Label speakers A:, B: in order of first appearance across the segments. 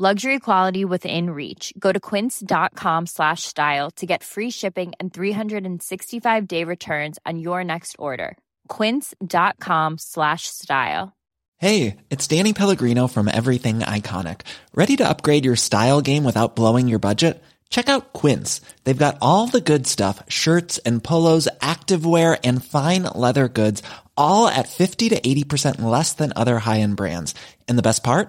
A: Luxury quality within reach. Go to quince.com slash style to get free shipping and 365 day returns on your next order. Quince.com slash style.
B: Hey, it's Danny Pellegrino from Everything Iconic. Ready to upgrade your style game without blowing your budget? Check out Quince. They've got all the good stuff shirts and polos, activewear, and fine leather goods, all at 50 to 80% less than other high end brands. And the best part?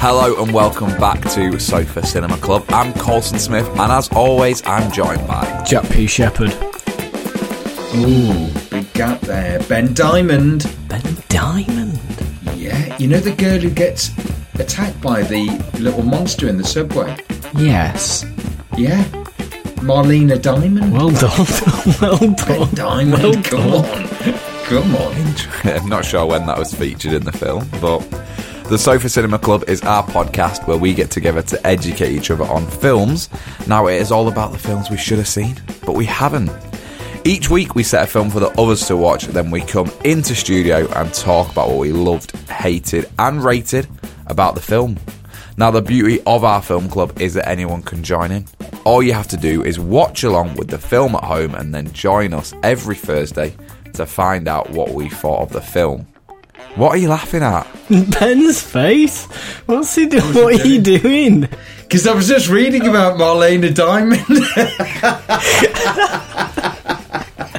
C: Hello and welcome back to Sofa Cinema Club. I'm Colson Smith, and as always, I'm joined by.
D: Jack P. Shepherd.
E: Ooh, big gap there. Ben Diamond.
D: Ben Diamond.
E: Yeah, you know the girl who gets attacked by the little monster in the subway?
D: Yes.
E: Yeah? Marlena Diamond?
D: Well done. well done.
E: Ben Diamond,
D: well
E: come
D: done.
E: on. Come on.
C: I'm not sure when that was featured in the film, but the Sofa Cinema Club is our podcast where we get together to educate each other on films. Now, it is all about the films we should have seen, but we haven't. Each week, we set a film for the others to watch, then we come into studio and talk about what we loved, hated, and rated about the film. Now, the beauty of our film club is that anyone can join in. All you have to do is watch along with the film at home and then join us every Thursday to find out what we thought of the film. What are you laughing at?
D: Ben's face. What's he doing? What are you doing?
E: Because I was just reading about Marlena Diamond.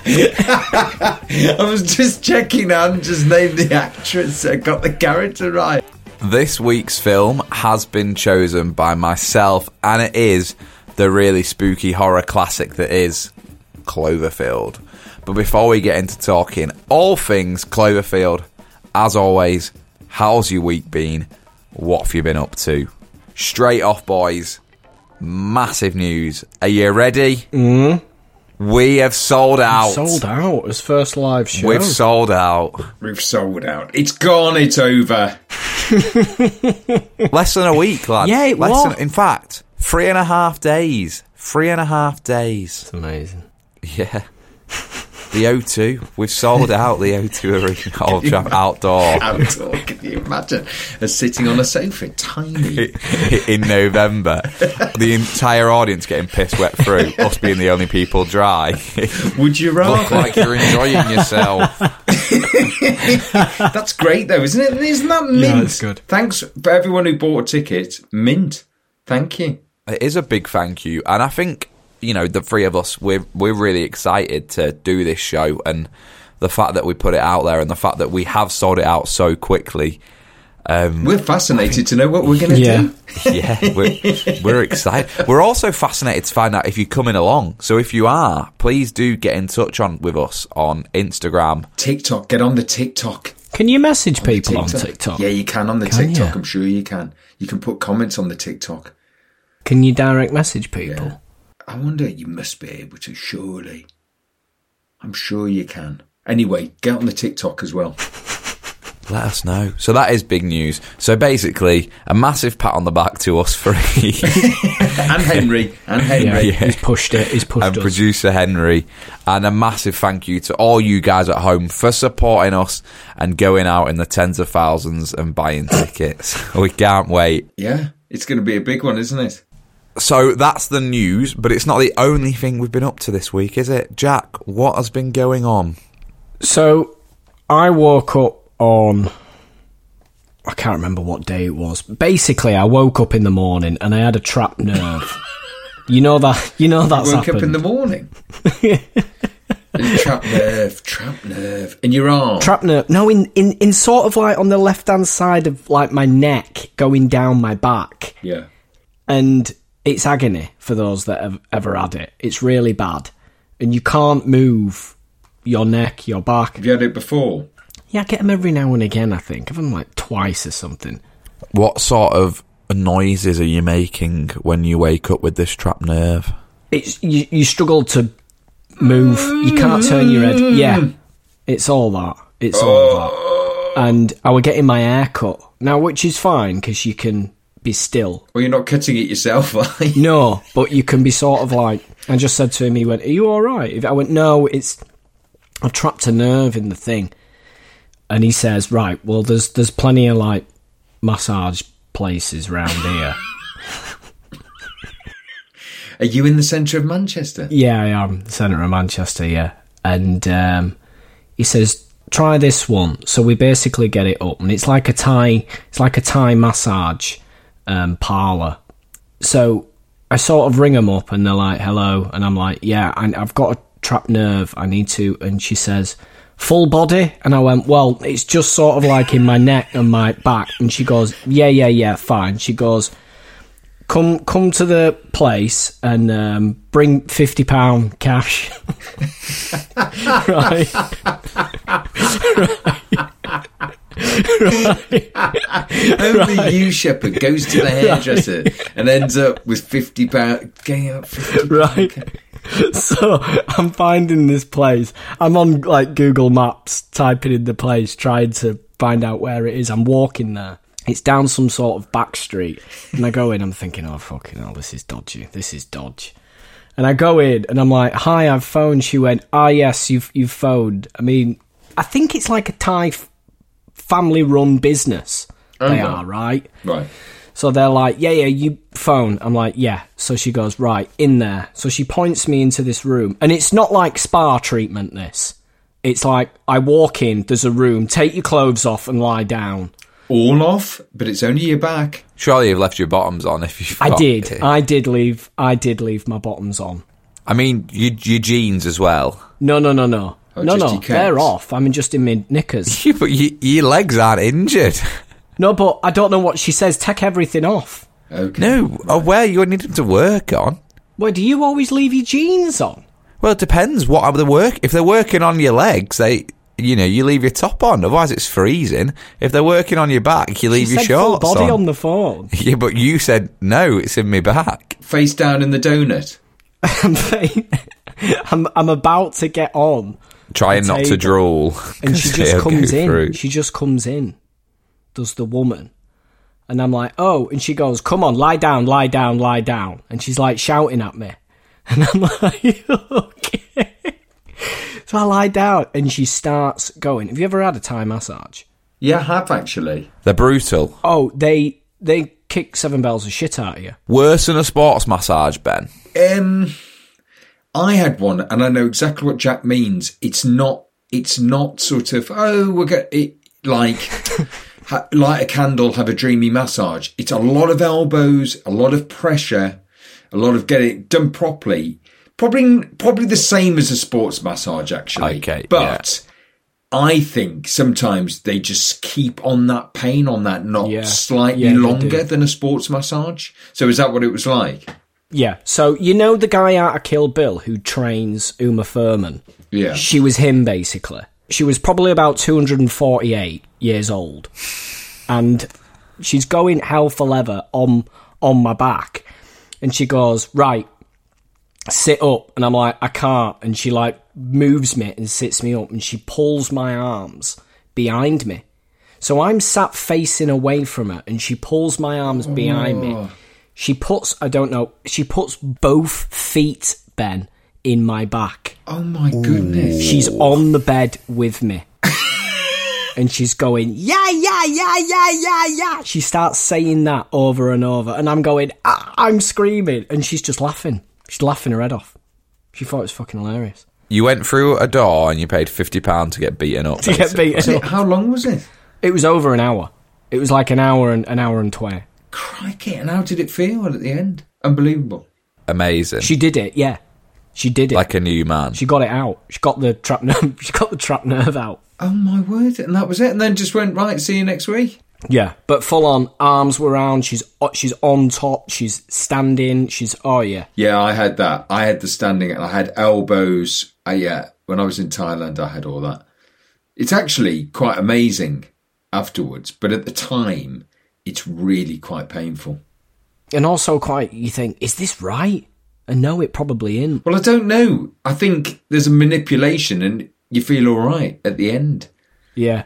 E: I was just checking. I hadn't just named the actress. I got the character right.
C: This week's film has been chosen by myself, and it is the really spooky horror classic that is Cloverfield. But before we get into talking all things Cloverfield, as always, how's your week been? What have you been up to? Straight off, boys. Massive news. Are you ready? Mm. We have sold out.
D: Sold out as first live show.
C: We've sold out.
E: We've sold out. It's gone. It's over.
C: Less than a week, lads.
D: Yeah, it
C: Less
D: was.
C: Than, in fact, three and a half days. Three and a half days.
D: It's amazing.
C: Yeah. The O2. We've sold out the O2 Arena Old Trafford outdoor
E: Outdoor. Can you imagine? And sitting on a sofa, tiny.
C: in November. The entire audience getting piss wet through. Us being the only people dry.
E: Would you
C: Look
E: rather?
C: like you're enjoying yourself.
E: That's great, though, isn't it? Isn't that mint?
D: Yeah, it's good.
E: Thanks for everyone who bought a ticket. Mint. Thank you.
C: It is a big thank you, and I think you know the three of us we're we're really excited to do this show, and the fact that we put it out there, and the fact that we have sold it out so quickly.
E: We're fascinated to know what we're going to
D: Mm. Yeah.
E: do.
C: Yeah, we're, we're excited. We're also fascinated to find out if you're coming along. So if you are, please do get in touch on with us on Instagram.
E: TikTok. Get on the TikTok.
D: Can you message people on TikTok?
E: Yeah, you can on the
D: Can
E: TikTok.
D: you?
E: I'm sure you can. You can put comments on the TikTok.
D: Can you direct message people?
E: I wonder, you must be able to, surely. I'm sure you can. Anyway, get on the TikTok as well.
C: Let us know. So that is big news. So basically, a massive pat on the back to us three.
E: And Henry. And
D: Yeah,
E: Henry.
D: he's pushed it. He's pushed
C: and
D: us.
C: producer Henry. And a massive thank you to all you guys at home for supporting us and going out in the tens of thousands and buying tickets. we can't wait.
E: Yeah. It's going to be a big one, isn't it?
C: So that's the news, but it's not the only thing we've been up to this week, is it? Jack, what has been going on?
D: So I woke up on I can't remember what day it was. Basically, I woke up in the morning and I had a trapped nerve. you know that you know that's
E: Woke
D: happened.
E: up in the morning. trap nerve, trap nerve, in your arm.
D: Trap nerve. No, in, in, in sort of like on the left hand side of like my neck going down my back.
E: yeah.
D: and it's agony for those that have ever had it. It's really bad, and you can't move your neck, your back.
E: Have you had it before?
D: Yeah, I get them every now and again. I think I've had them like twice or something.
C: What sort of noises are you making when you wake up with this trap nerve?
D: It's you, you struggle to move. You can't turn your head. Yeah, it's all that. It's all that. And I were getting my hair cut now, which is fine because you can be still
E: Well, you're not cutting it yourself, are you?
D: No, but you can be sort of like. I just said to him, he went, "Are you all right?" If I went, "No, it's I've trapped a nerve in the thing," and he says, "Right, well, there's there's plenty of like massage places round here."
E: Are you in the centre of Manchester?
D: yeah, I am centre of Manchester. Yeah, and um, he says, "Try this one." So we basically get it up, and it's like a Thai, it's like a Thai massage um, parlor. so I sort of ring them up and they're like, hello. And I'm like, yeah, I, I've got a trapped nerve. I need to. And she says, full body. And I went, well, it's just sort of like in my neck and my back. And she goes, yeah, yeah, yeah, fine. She goes, come, come to the place and um, bring £50 cash. right.
E: Only you, Shepherd, goes to the hairdresser and ends up with fifty pound. Getting up fifty
D: right? So I'm finding this place. I'm on like Google Maps, typing in the place, trying to find out where it is. I'm walking there. It's down some sort of back street, and I go in. I'm thinking, oh fucking hell, this is dodgy. This is dodge. And I go in, and I'm like, hi, I've phoned. She went, ah, yes, you've you've phoned. I mean, I think it's like a Thai f- family-run business. They
E: Oh.
D: are right.
E: Right.
D: So they're like, yeah, yeah, you phone. I'm like, yeah. So she goes, right, in there. So she points me into this room. And it's not like spa treatment, this. It's like, I walk in, there's a room, take your clothes off and lie down.
E: All off, but it's only your back.
C: Surely you've left your bottoms on if you've.
D: I
C: got-
D: did. I did leave, I did leave my bottoms on.
C: I mean, your, your jeans as well.
D: No, no, no, no.
E: Oh,
D: no,
E: just
D: no,
E: your caps.
D: they're off. I'm just in my knickers.
C: Yeah, but y your legs aren't injured.
D: no, but I don't know what she says. Take everything off.
E: Okay.
C: No, oh, where you need them to work on.
D: Why do you always leave your jeans on?
C: Well, it depends what are the work. If they're working on your legs, they, you know, you leave your top on. Otherwise, it's freezing. If they're working on your back, you leave
D: she
C: your
D: said full
C: shorts
D: body
C: on.
D: on the phone.
C: Yeah, but you said no. It's in my back.
E: Face down in the donut.
D: I'm, saying- I'm, I'm about to get on,
C: Trying not to
D: table.
C: drool,
D: and she
C: 'cause
D: just
C: they'll go
D: comes in.
C: through.
D: She just comes in, does the woman. And I'm like, oh, and she goes, come on, lie down, lie down, lie down. And she's like shouting at me. And I'm like, okay. So I lie down, and she starts going. Have you ever had a Thai massage?
E: Yeah, I have actually.
C: They're brutal.
D: Oh, they they kick seven bells of shit out of you.
C: Worse than a sports massage, Ben.
E: Um, I had one, and I know exactly what Jack means. It's not. It's not sort of oh, we're get it like ha, light a candle, have a dreamy massage. It's a lot of elbows, a lot of pressure, a lot of getting it done properly. Probably, probably the same as a sports massage, actually.
C: Okay,
E: but. I think sometimes they just keep on that pain on that knot
D: Yeah.
E: slightly
D: Yeah, they
E: longer
D: do.
E: than a sports massage. So is that what it was like?
D: Yeah. So you know the guy out of Kill Bill who trains Uma Thurman.
E: Yeah.
D: She was him basically. She was probably about 248 years old. And she's going hell for leather on on my back. And she goes, "Right, sit up." And I'm like, "I can't." And she like moves me and sits me up and she pulls my arms behind me. So I'm sat facing away from her and she pulls my arms behind me. She puts, I don't know, she puts both feet, Ben, in my back.
E: Oh my goodness.
D: She's on the bed with me. and she's going, yeah, yeah, yeah, yeah, yeah, yeah. She starts saying that over and over. And I'm going, ah, I'm screaming. And she's just laughing. She's laughing her head off. She thought it was fucking hilarious.
C: You went through a door and you paid fifty pound to get beaten up.
D: To get
C: basically.
D: beaten
E: It-
D: up.
E: How long was it?
D: It was over an hour. It was like an hour and an hour and 20.
E: Crikey, and how did it feel at the end? Unbelievable.
C: Amazing.
D: She did it, yeah. She did it.
C: like a new man.
D: she got it out. She got the trap nerve. She got the trap nerve out.
E: Oh my word! And that was it. And then just went right. See you next week.
D: Yeah, but full on arms were round. She's o- she's on top. She's standing. She's oh yeah.
E: Yeah, I had that. I had the standing and I had elbows. Uh, yeah, when I was in Thailand, I had all that. It's actually quite amazing afterwards, but at the time, it's really quite painful.
D: And also quite. You think is this right? And no, it probably isn't.
E: Well, I don't know. I think there's a manipulation and you feel all right at the end.
D: Yeah,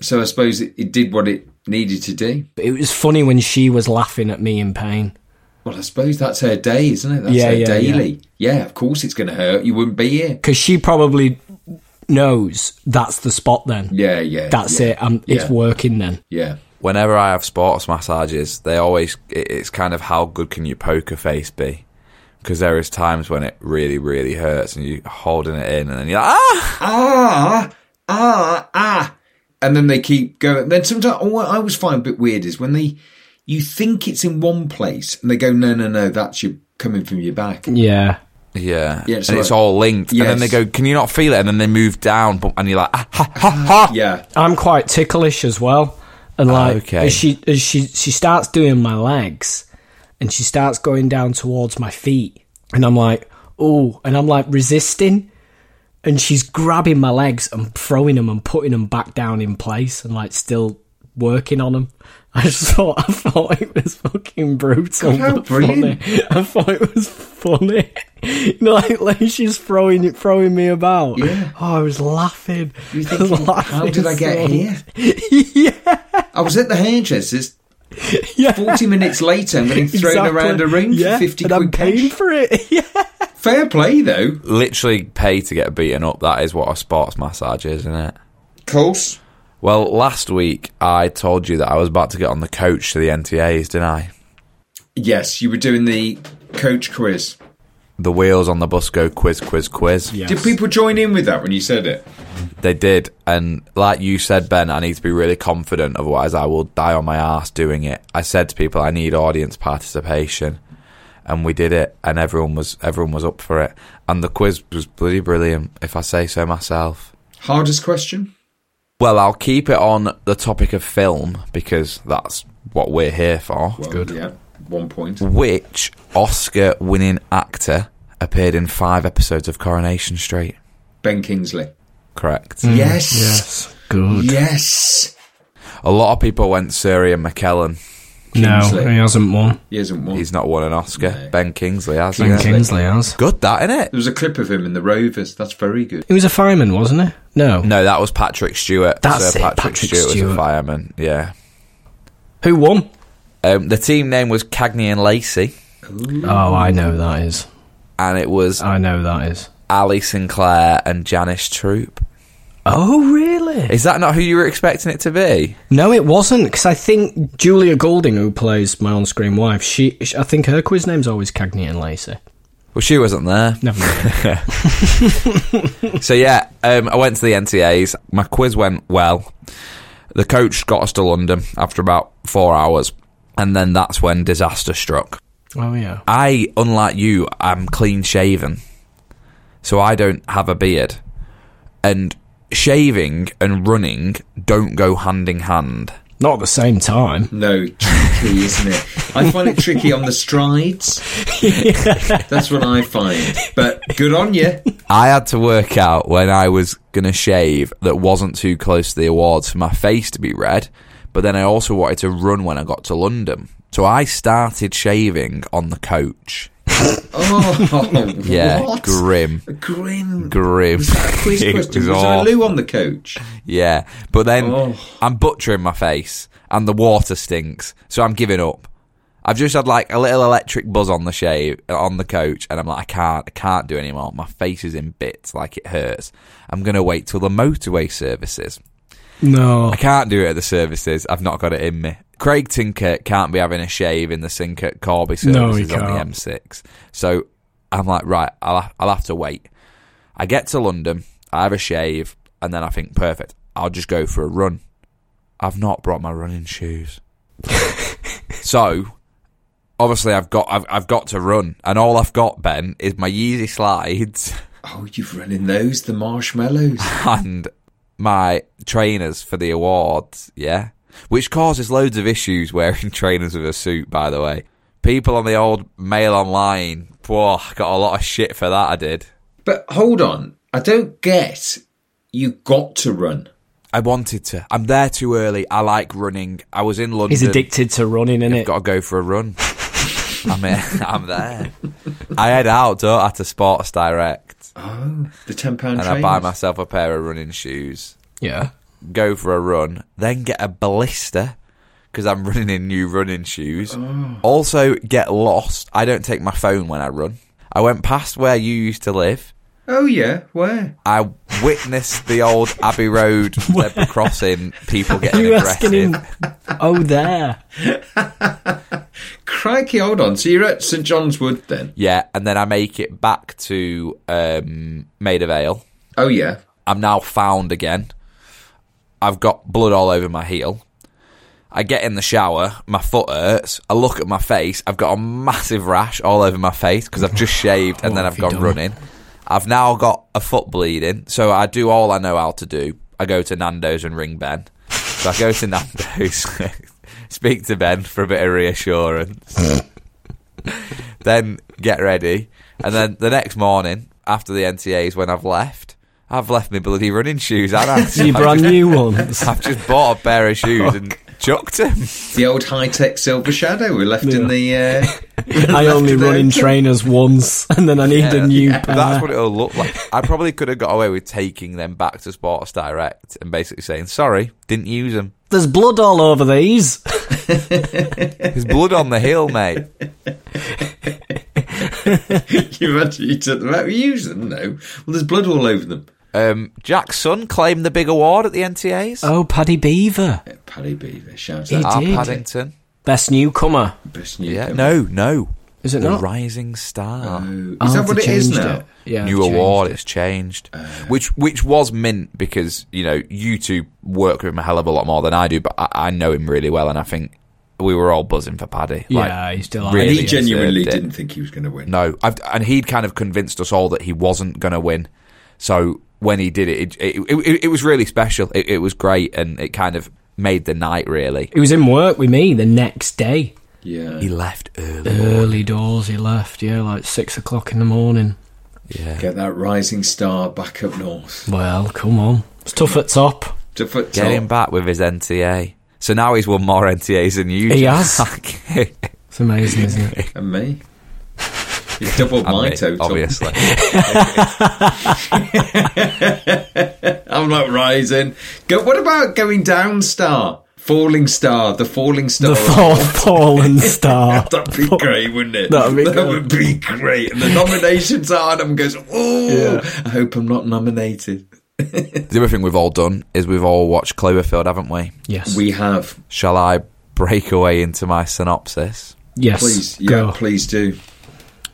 E: So I suppose it, it did what it needed to do.
D: but it was funny when she was laughing at me in pain.
E: Well, I suppose that's her day, isn't it? That's
D: Yeah,
E: her
D: yeah,
E: daily. Yeah. of course it's going to hurt. You wouldn't be here.
D: because she probably knows that's the spot then
E: Yeah, yeah.
D: that's
E: yeah,
D: it um, it's
E: yeah,
D: working then
E: Yeah.
C: Whenever I have sports massages, they always it- it's kind of how good can your poker face be? Because there is times when it really, really hurts, and you're holding it in, and then you're like, ah,
E: ah, ah, ah. And then they keep going. Then sometimes, oh, what I always find a bit weird is when they, you think it's in one place and they go, no, no, no, that's your, coming from your back.
D: yeah
C: yeah,
E: Yeah, it's
C: and it's
E: like-
C: all linked. And then they
E: Yes.
C: go, can you not feel it? And then they move down, but, and you're like, ah, ha, ha, ha.
E: Yeah.
D: i'm quite ticklish as well and like
C: Okay.
D: as she as she she starts doing my legs and she starts going down towards my feet and i'm like oh and i'm like resisting and she's grabbing my legs and throwing them and putting them back down in place and like still working on them i just thought i thought it was fucking brutal
E: God, how
D: but funny.
E: brilliant.
D: I thought it was funny. you know, like, like she's throwing it, throwing me about.
E: Yeah.
D: Oh, I was laughing.
E: You're
D: I was
E: thinking, how
D: laughing
E: did I get
D: so-
E: here?
D: yeah,
E: I was at the hairdresser's.
D: yeah.
E: 40 minutes later, I'm getting thrown
D: exactly.
E: around a ring
D: yeah,
E: for 50
D: and
E: quid
D: I'm paying
E: cash.
D: for it. Yeah.
E: Fair play, though.
C: Literally pay to get beaten up. That is what a sports massage is, isn't it?
E: course.
C: Well, last week I told you that I was about to get on the coach to the NTAs, didn't I?
E: Yes, you were doing the coach quiz.
C: The wheels on the bus go quiz, quiz, quiz.
E: Did people join in with that when you said it?
C: They did, and like you said, Ben, I need to be really confident, otherwise I will die on my ass doing it. I said to people, I need audience participation, and we did it, and everyone was everyone was up for it, and the quiz was bloody brilliant, if I say so myself.
E: Hardest question?
C: Well, I'll keep it on the topic of film because that's what we're here for.
E: Well, Yeah, one point.
C: Which Oscar-winning actor appeared in five episodes of Coronation Street?
E: Ben Kingsley.
C: Correct.
E: Yes.
D: Good.
E: Yes.
C: A lot of people went Suri and McKellen.
E: Kingsley.
D: No, he hasn't won.
E: He hasn't won.
C: He's not won an Oscar. Ben Kingsley has.
D: Ben
C: yeah.
D: Kingsley has.
C: Good, that innit?
E: There was a clip of him in the Rovers. That's very good.
D: He was a fireman, wasn't he? No.
C: No, that was Patrick Stewart.
D: That's
C: Sir
D: it,
C: Patrick,
D: Patrick
C: Stewart, was a
D: Stewart.
C: fireman. Yeah.
D: Who won?
C: Um, the team name was Cagney and Lacey,
D: Oh, I know who that is.
C: and it was
D: I know who that is.
C: Ali Sinclair and Janice Troop.
D: Oh, really?
C: Is that not who you were expecting it to be?
D: No, it wasn't because I think Julia Golding, who plays my on-screen wife, she, sh I think her quiz name's always Cagney and Lacey.
C: Well, she wasn't there.
D: Never mind.
C: so yeah, um, I went to the NTAs. My quiz went well. The coach got us to London after about four hours, and then that's when disaster struck.
D: oh yeah.
C: I, unlike you, I'm clean shaven. So I don't have a beard. And shaving and running don't go hand in hand.
D: Not at the same time.
E: No, tricky, isn't it? I find it tricky on the strides. That's what I find. But good on you.
C: I had to work out when I was going to shave that wasn't too close to the awards for my face to be red, but then I also wanted to run when I got to London. So I started shaving on the coach.
E: Oh,
C: Yeah,
E: what?
C: grim.
E: Grim.
C: Grim.
E: Was that a quiz
C: It
E: question?
C: was
E: Was, there
C: awful.
E: Lou on the coach?
C: Yeah, but then
E: Oh.
C: I'm butchering my face, and the water stinks, so I'm giving up. I've just had like a little electric buzz on the shave on the coach, and I'm like, I can't, I can't do anymore. My face is in bits, like it hurts. I'm gonna wait till the motorway services.
D: No.
C: I can't do it at the services. I've not got it in me. Craig Tinker can't be having a shave in the sink at Corby
D: No, he
C: services on the
D: can't.
C: M6. So I'm like, right, I'll, I'll have to wait. I get to London, I have a shave, and then I think, perfect, I'll just go for a run. I've not brought my running shoes. so obviously I've got I've, I've got to run, and all I've got Ben is my Yeezy slides
E: Oh, you've run in those, the marshmallows.
C: and my trainers for the awards. Yeah, which causes loads of issues wearing trainers with a suit. By the way, people on the old mail online, whoa, I got a lot of shit for that. I did.
E: but hold on. I don't get you got to run.
C: I wanted to. I'm there too early. I like running. I was in London.
D: He's addicted to running, isn't
C: I've
D: it?
C: got to go for a run. I'm in, I'm there. I head out, don't I, to Sports Direct,
E: Oh, the £10 train.
C: and I buy myself a pair of running shoes.
D: yeah.
C: Go for a run, then get a blister because I'm running in new running shoes.
D: Oh.
C: Also, get lost. I don't take my phone when I run. I went past where you used to live.
E: Oh, yeah. Where?
C: I witnessed the old Abbey Road zebra crossing. People getting
D: You asking
C: aggressive.
D: him? Oh, there.
E: Crikey, hold on. So you're at St John's Wood then?
C: Yeah, and then I make it back to um, Maid of Ale.
E: Oh, yeah.
C: I'm now found again. I've got blood all over my heel. I get in the shower, my foot hurts. I look at my face. I've got a massive rash all over my face because I've just shaved and then I've gone running. I've now got a foot bleeding, so I do all I know how to do. I go to Nando's and ring Ben. So I go to Nando's, speak to Ben for a bit of reassurance then get ready. And then the next morning, after the NTAs, when I've left, I've left my bloody running shoes. And I've,
D: Your brand new ones.
C: I've just bought a pair of shoes and chucked them.
E: The old high tech silver shadow we left in the. Uh,
D: I only run in trainers once, and then I need a new pair.
C: That's what it'll look like. I probably could have got away with taking them back to Sports Direct and basically saying, sorry, didn't use them.
D: There's blood all over these.
C: There's blood on the heel, mate.
E: you imagine you took them out. We use them, no. Well, there's blood all over them.
C: Um, Jack's son claimed the big award at the NTAs.
D: Oh, Paddy Beaver,
E: Yeah, Uh, Paddy Beaver, shout
D: He
E: out.
C: Ah,
D: did.
C: Paddington.
D: best newcomer.
E: Best
C: Yeah.
E: newcomer.
C: No, no.
D: Is it
C: the
D: not?
C: rising star.
E: Is
D: Oh,
E: that what
D: they
E: it is
D: changed
E: now?
D: it. Yeah,
C: new
D: they changed
C: award.
D: it. Oh,
C: It's changed, which which was mint because you know you two work with him a hell of a lot more than I do, but I, I know him really well, and I think we were all buzzing for Paddy.
D: Yeah,
C: Like,
D: he's
E: And
D: delighted.
C: really
E: he genuinely
C: deserved it.
E: didn't think he was going to win.
C: No, I've, and he'd kind of convinced us all that he wasn't going to win. So when he did it, it it, it, it was really special. It, it was great, and it kind of made the night really.
D: He was in work with me the next day.
E: Yeah.
C: He left early.
D: Early doors, he left. Yeah, like six o'clock in the morning.
E: Get that rising star back up north.
D: Well, come on, it's tough at top.
E: To foot
C: Get him
E: top.
C: back with his NTA. So now he's won more NTAs than you.
D: He
C: Jack.
D: It's amazing, isn't it?
E: and me. He doubled
C: And
E: my
C: me,
E: total.
C: obviously.
E: I'm not rising. Go, what about going down star? Falling star, the falling star.
D: The fourth fallen star.
E: That'd be great, wouldn't it?
D: That'd be
E: That
D: great.
E: would be great. And the nominations are, and everyone goes, "Oh, I hope I'm not nominated."
C: The other thing we've all done is we've all watched Cloverfield, haven't we?
D: Yes.
E: We have,
C: Shall I break away into my synopsis?
D: yes.
E: please, yeah,
D: Go.
E: please do.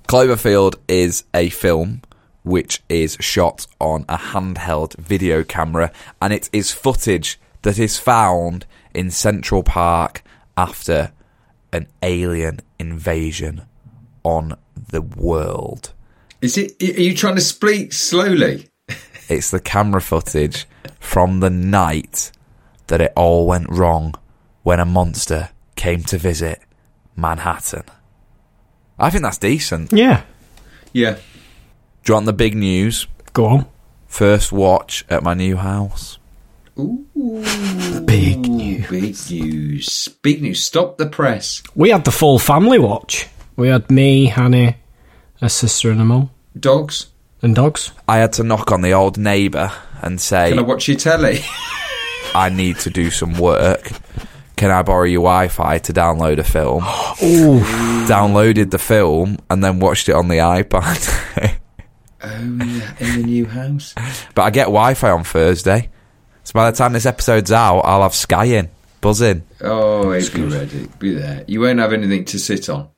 C: Cloverfield is a film which is shot on a handheld video camera, and it is footage that is found in Central Park after an alien invasion on the world.
E: Is it? Are you trying to speak slowly?
C: It's the camera footage from the night that it all went wrong when a monster came to visit Manhattan. I think that's decent.
D: Yeah.
E: Yeah.
C: Do you want the big news?
D: Go on.
C: First watch at my new house.
D: Big
E: Ooh, big news. Big news. Stop the press.
D: We had the full family watch. We had me, Hanny, a sister and a mum,
E: Dogs.
D: and dogs.
C: I had to knock on the old neighbour and say,
E: Can I watch your telly?
C: I need to do some work. Can I borrow your Wi Fi to download a film?
D: Oh,
C: Downloaded the film and then watched it on the iPad.
E: Um, in the new house.
C: But I get Wi Fi on Thursday. So by the time this episode's out, I'll have Sky in, buzzing.
E: Oh, it'd be ready. Be there. You won't have anything to sit on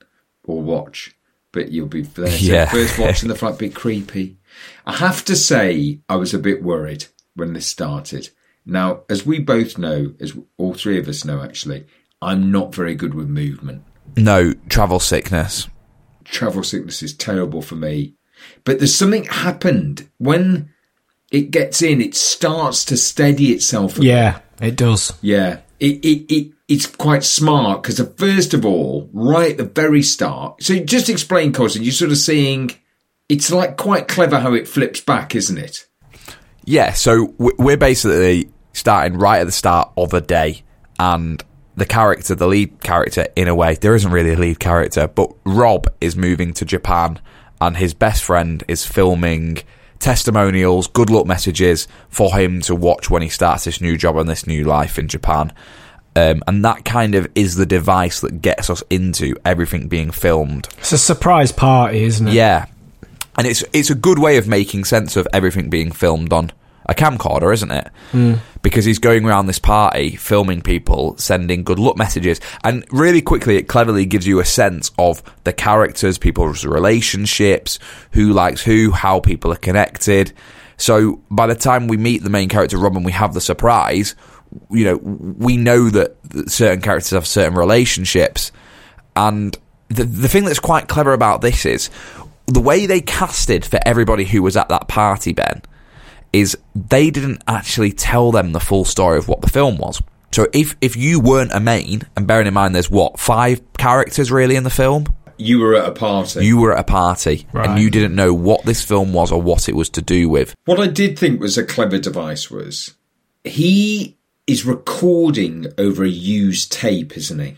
E: or watch, but you'll be there. So
C: Yeah.
E: First watching the flight, be creepy. I have to say, I was a bit worried when this started. Now, as we both know, as all three of us know, actually, I'm not very good with movement.
C: No, travel sickness.
E: travel sickness is terrible for me. But there's something happened when it gets in, it starts to steady itself. a
D: Yeah, it does.
E: Yeah, it, it, it it's quite smart because first of all, right at the very start, so just explain, Cousin, you're sort of seeing it's like quite clever how it flips back, isn't it?
C: Yeah, so w- we're basically starting right at the start of a day, and the character, the lead character, in a way, there isn't really a lead character, but Rob is moving to Japan, and his best friend is filming testimonials, good luck messages for him to watch when he starts this new job and this new life in Japan. Um, and that kind of is the device that gets us into everything being filmed.
D: It's a surprise party, isn't it?
C: Yeah, and it's it's a good way of making sense of everything being filmed on a camcorder, isn't it?
D: Hmm.
C: Mm. Because he's going around this party, filming people, sending good luck messages, and really quickly it cleverly gives you a sense of the characters, people's relationships, who likes who, how people are connected. So by the time we meet the main character Robin, we have the surprise. You know, we know that that certain characters have certain relationships, and the, the thing that's quite clever about this is the way they casted for everybody who was at that party, Ben, is they didn't actually tell them the full story of what the film was. So if, if you weren't a main, and bearing in mind there's what, five characters really in the film?
E: You were at a party.
C: You were at a party and
D: Right.
C: you didn't know what this film was or what it was to do with.
E: What I did think was a clever device was he is recording over a used tape, isn't he?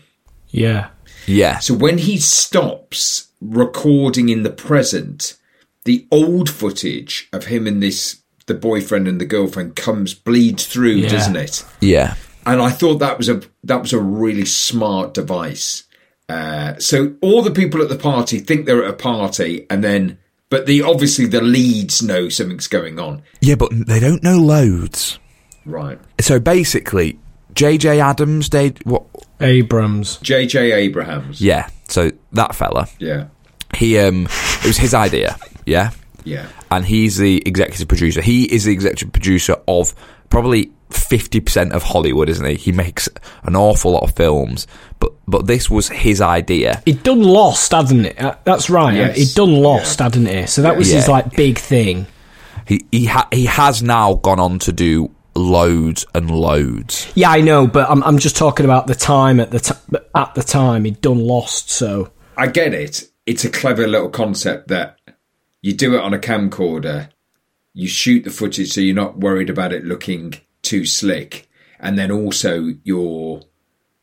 D: Yeah.
C: Yeah.
E: So when he stops recording in the present, the old footage of him and this the boyfriend and the girlfriend comes bleeds through,
D: Yeah.
E: doesn't it?
C: Yeah.
E: And I thought that was a that was a really smart device. Uh, so all the people at the party think they're at a party, and then but the obviously the leads know something's going on,
C: Yeah, but they don't know loads.
E: right?
C: So basically, JJ Adams, they what
D: Abrams.
E: J.J. Abrahams,
C: yeah, so that fella.
E: yeah,
C: He um it was his idea, yeah?
E: yeah,
C: and he's the executive producer. He is the executive producer of probably fifty percent of Hollywood, isn't he? He makes an awful lot of films, but but this was his idea.
D: He'd done Lost, hadn't it? Uh, That's right.
E: Yes.
D: He'd done Lost, hadn't he? So that was his
C: Yeah.
D: like big thing.
C: He he ha- he has now gone on to do loads and loads.
D: Yeah, I know, but I'm I'm just talking about the time at the t- at the time he'd done Lost. So
E: I get it. It's a clever little concept that you do it on a camcorder, you shoot the footage so you're not worried about it looking too slick, and then also you're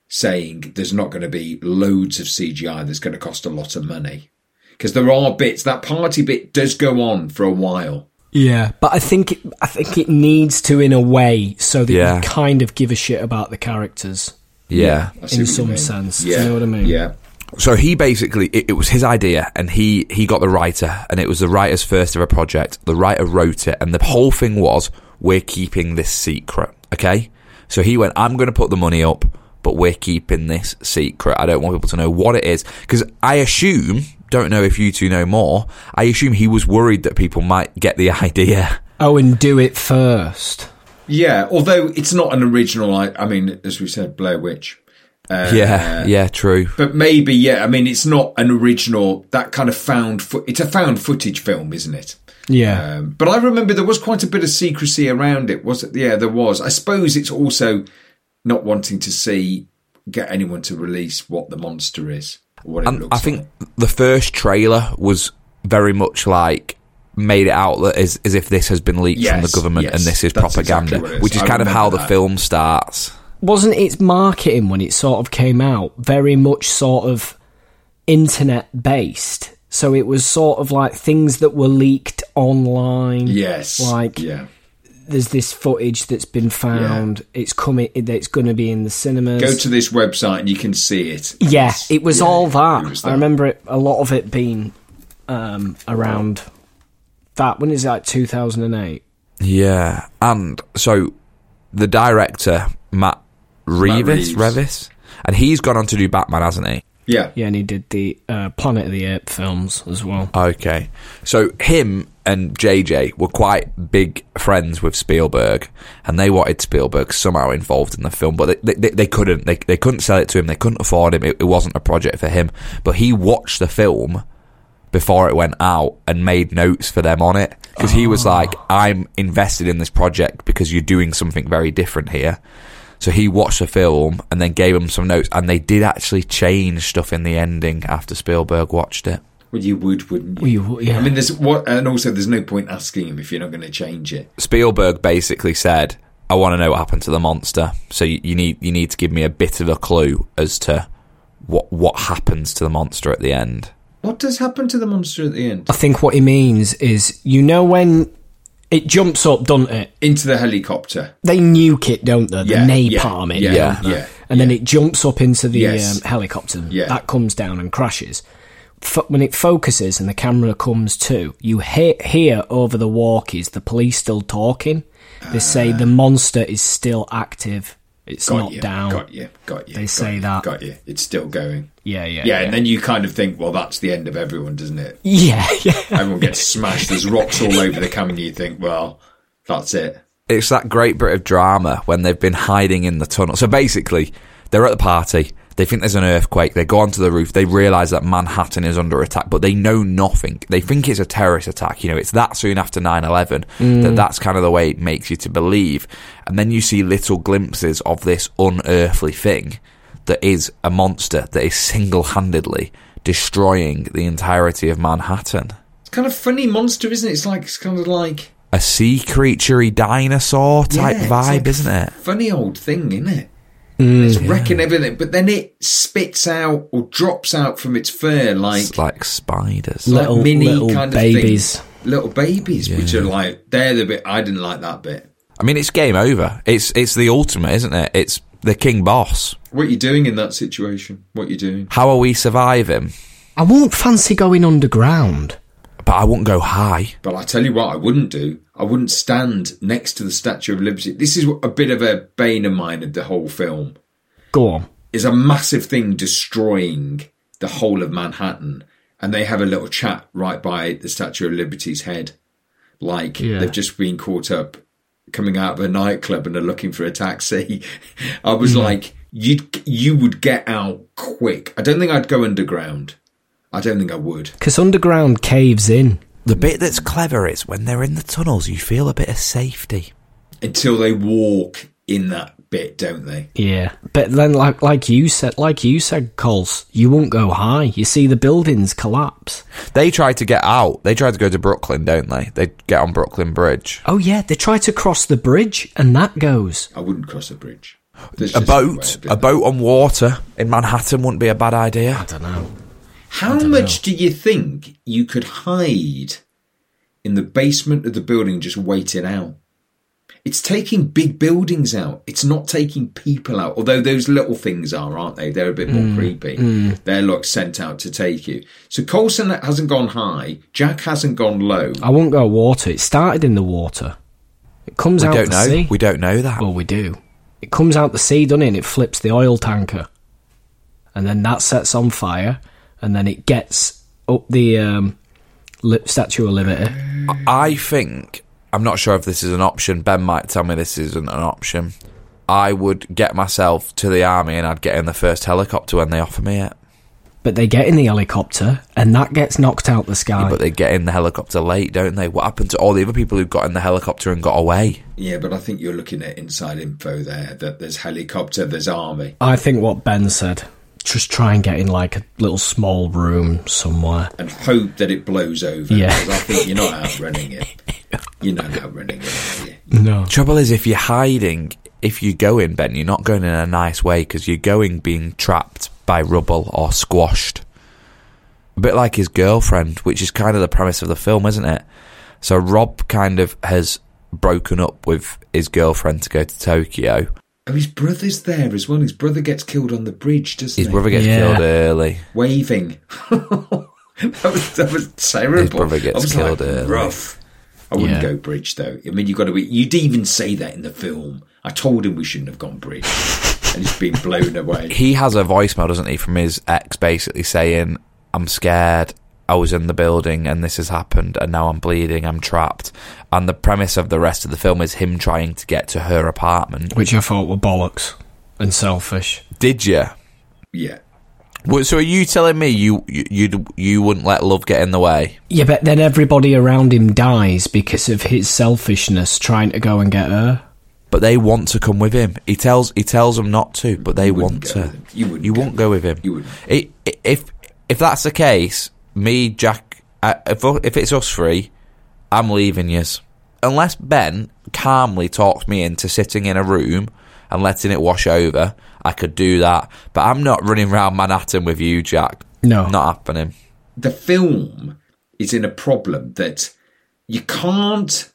E: saying there's not going to be loads of CGI that's going to cost a lot of money. Because there are bits, that party bit does go on for a while.
D: yeah, but I think it, I think it needs to in a way so that
C: Yeah.
D: you kind of give a shit about the characters.
C: Yeah.
E: I see
D: In
E: what you
D: some
E: mean.
D: sense, do you
E: Yeah.
D: know what I mean?
E: Yeah.
C: So he basically it, it was his idea, and he he got the writer, and it was the writer's first ever project. The writer wrote it, and the whole thing was we're keeping this secret. Okay, so he went, I'm going to put the money up, but we're keeping this secret. I don't want people to know what it is because I assume don't know if you two know more. I assume he was worried that people might get the idea.
D: Oh, and do it first.
E: Yeah. Although it's not an original, I, I mean, as we said, Blair Witch. Uh,
C: yeah, yeah, true.
E: But maybe, yeah. I mean, it's not an original. That kind of found, fo- it's a found footage film, isn't it?
D: Yeah,
E: Um, but I remember there was quite a bit of secrecy around it. Was it? Yeah, there was. I suppose it's also not wanting to see get anyone to release what the monster is
D: Um,
E: or what it
C: And
E: looks
C: I
E: like.
C: think the first trailer was very much like made it out that as, as if this has been leaked from the
E: Yes,
C: government
E: yes,
C: and this is
E: that's
C: propaganda,
E: exactly what it is.
C: which is
E: I
C: kind of how
E: remember
C: the
E: that.
C: film starts.
D: wasn't its marketing when it sort of came out very much sort of internet based? So it was sort of like things that were leaked online.
E: Yes.
D: like
E: yeah.
D: there's this footage that's been found. It's coming. It's going to be in the cinemas.
E: Go to this website and you can see it.
D: yeah, it was
E: Yeah,
D: all that.
E: it was
D: I remember it, a lot of it being um, around that. When is that? Two thousand and eight.
C: Yeah, and so the director Matt Reeves,
E: Reeves.
C: Revis, and he's gone on to do Batman, hasn't he?
E: Yeah.
D: Yeah, and he did the uh, Planet of the Apes films as well.
C: Okay, so him and JJ were quite big friends with Spielberg, and they wanted Spielberg somehow involved in the film, but they, they, they couldn't. They, they couldn't sell it to him. They couldn't afford him. It, it wasn't a project for him. But he watched the film before it went out and made notes for them on it because he was like, "I'm invested in this project because you're doing something very different here." So he watched the film and then gave him some notes, and they did actually change stuff in the ending after Spielberg watched it.
E: Well, you would, wouldn't you?
D: Well, you would, yeah.
E: I mean, there's what, and also there's no point asking him if you're not going to change it.
C: Spielberg basically said, "I want to know what happened to the monster, so you, you need you need to give me a bit of a clue as to what what happens to the monster at the end."
E: What does happen to the monster at the end?
D: I think what he means is, you know, when it jumps up, doesn't it?
E: Into the helicopter.
D: They nuke it, don't they? They
E: Yeah, yeah,
D: napalm it,
E: yeah,
D: don't they?
E: yeah,
D: and then it jumps up into the
E: Yes.
D: um, helicopter.
E: Yeah.
D: That comes down and crashes. F- when it focuses and the camera comes to, you he- hear over the walkies the police still talking. They say the monster is still active. It's
E: Ah. Got
D: not
E: you.
D: down.
E: Got you. Got you.
D: They
E: got
D: say
E: you,
D: that.
E: Got you. It's still going.
D: Yeah, yeah,
E: Yeah, and then you kind of think, well, that's the end of everyone, doesn't it?
D: Yeah, yeah.
E: Everyone gets smashed. There's rocks all over the camera. and You think, well, that's it.
C: it's that great bit of drama when they've been hiding in the tunnel. So basically, they're at the party. They think there's an earthquake. They go onto the roof. They realise that Manhattan is under attack, but they know nothing. They think it's a terrorist attack. You know, it's that soon after 9 11
E: Mm.
C: that that's kind of the way it makes you to believe. And then you see little glimpses of this unearthly thing that is a monster that is single handedly destroying the entirety of Manhattan.
E: It's kind of funny monster, isn't it? It's like it's kind of like
C: A sea creaturey dinosaur type
E: Yeah, it's
C: vibe,
E: like
C: isn't it?
E: Funny old thing, isn't it?
D: Mm.
E: it's wrecking everything, but then it spits out or drops out from its fur like
C: It's like spiders.
E: like
D: Little-
E: mini
D: little
E: kind
D: babies.
E: of things. little babies, which are like they're the bit I didn't like that bit.
C: I mean, it's game over. It's it's the ultimate, isn't it? It's the king boss.
E: What you doing in that situation? What you doing?
C: How are we surviving?
D: I won't fancy going underground.
C: But I won't go high.
E: But I tell you what, I wouldn't do. I wouldn't stand next to the Statue of Liberty. This is a bit of a bane of mine of the whole film.
D: Go on.
E: Is a massive thing destroying the whole of Manhattan, and they have a little chat right by the Statue of Liberty's head, like
D: Yeah.
E: they've just been caught up coming out of a nightclub and are looking for a taxi. I was like, you you would get out quick. I don't think I'd go underground. I don't think I would.
D: Because underground caves in.
C: The bit that's clever is when they're in the tunnels, you feel a bit of safety.
E: until they walk in that bit, don't they?
D: Yeah, but then like like you said, like you said, Coles, you won't go high. You see the buildings collapse.
C: They try to get out. They try to go to Brooklyn, don't they? They get on Brooklyn Bridge.
D: Oh yeah, they try to cross the bridge and that goes.
E: I wouldn't cross a bridge. There's
C: A
E: just
C: boat,
E: way
C: a
E: of doing
C: boat on water in Manhattan wouldn't be a bad idea.
D: I don't know.
E: it. How much do you think you could hide in the basement of the building just wait it out? It's taking big buildings out. It's not taking people out. Although those little things are, aren't they? They're a bit more creepy. They're like sent out to take you. So Colson hasn't gone high. Jack hasn't gone low.
D: I won't go water. It started in the water. It comes
C: We
D: out
C: don't know.
D: the sea.
C: We don't know that.
D: Well, we do. It comes out the sea, doesn't it? And it flips the oil tanker, and then that sets on fire, and then it gets up the um, li- Statue of Liberty.
C: I think I'm not sure if this is an option. Ben might tell me this isn't an option. I would get myself to the army and I'd get in the first helicopter when they offer me it.
D: But they get in the helicopter, and that gets knocked out the sky.
C: But they get in the helicopter late, don't they? What happened to all the other people who got in the helicopter and got away?
E: Yeah, but I think you're looking at inside info there that there's helicopter, there's army.
D: I think what Ben said. Just try and get in like a little small room somewhere.
E: and hope that it blows over.
D: Yeah.
E: Because I think you're not outrunning it. You're not outrunning it. are you?
D: No.
C: Trouble is, if you're hiding, if you go in, Ben, you're not going in a nice way because you're going being trapped by rubble or squashed. A bit like his girlfriend, which is kind of the premise of the film, isn't it? So Rob kind of has broken up with his girlfriend to go to Tokyo.
E: Oh, his brother's there as well. His brother gets killed on the bridge, doesn't
C: His
E: he?
C: brother gets
D: Yeah.
C: killed early.
E: Waving. that was that was terrible.
C: His brother gets
E: I was
C: killed
E: like,
C: early.
E: Rough. I
D: Yeah.
E: wouldn't go bridge though. I mean, you got to be. You'd even say that in the film. I told him we shouldn't have gone bridge, and he's been blown away.
C: He has a voicemail, doesn't he, from his ex basically saying, I'm scared. I was in the building and this has happened and now I'm bleeding, I'm trapped. And the premise of the rest of the film is him trying to get to her apartment.
D: which I thought were bollocks and selfish.
C: Did you?
E: Yeah.
C: Well, So are you telling me you you you'd, you wouldn't let love get in the way?
D: Yeah, but then everybody around him dies because of his selfishness trying to go and get her.
C: But they want to come with him. He tells he tells them not to, but they want
E: go
C: to.
E: with him. You wouldn't
C: You
E: go
C: won't go with him.
E: You wouldn't.
C: I- i- if if that's the case, me Jack, uh, if u- if it's us three, I'm leaving yous. Unless Ben calmly talks me into sitting in a room and letting it wash over, I could do that. But I'm not running round Manhattan with you, Jack.
D: No.
C: not happening.
E: The film is in a problem that you can't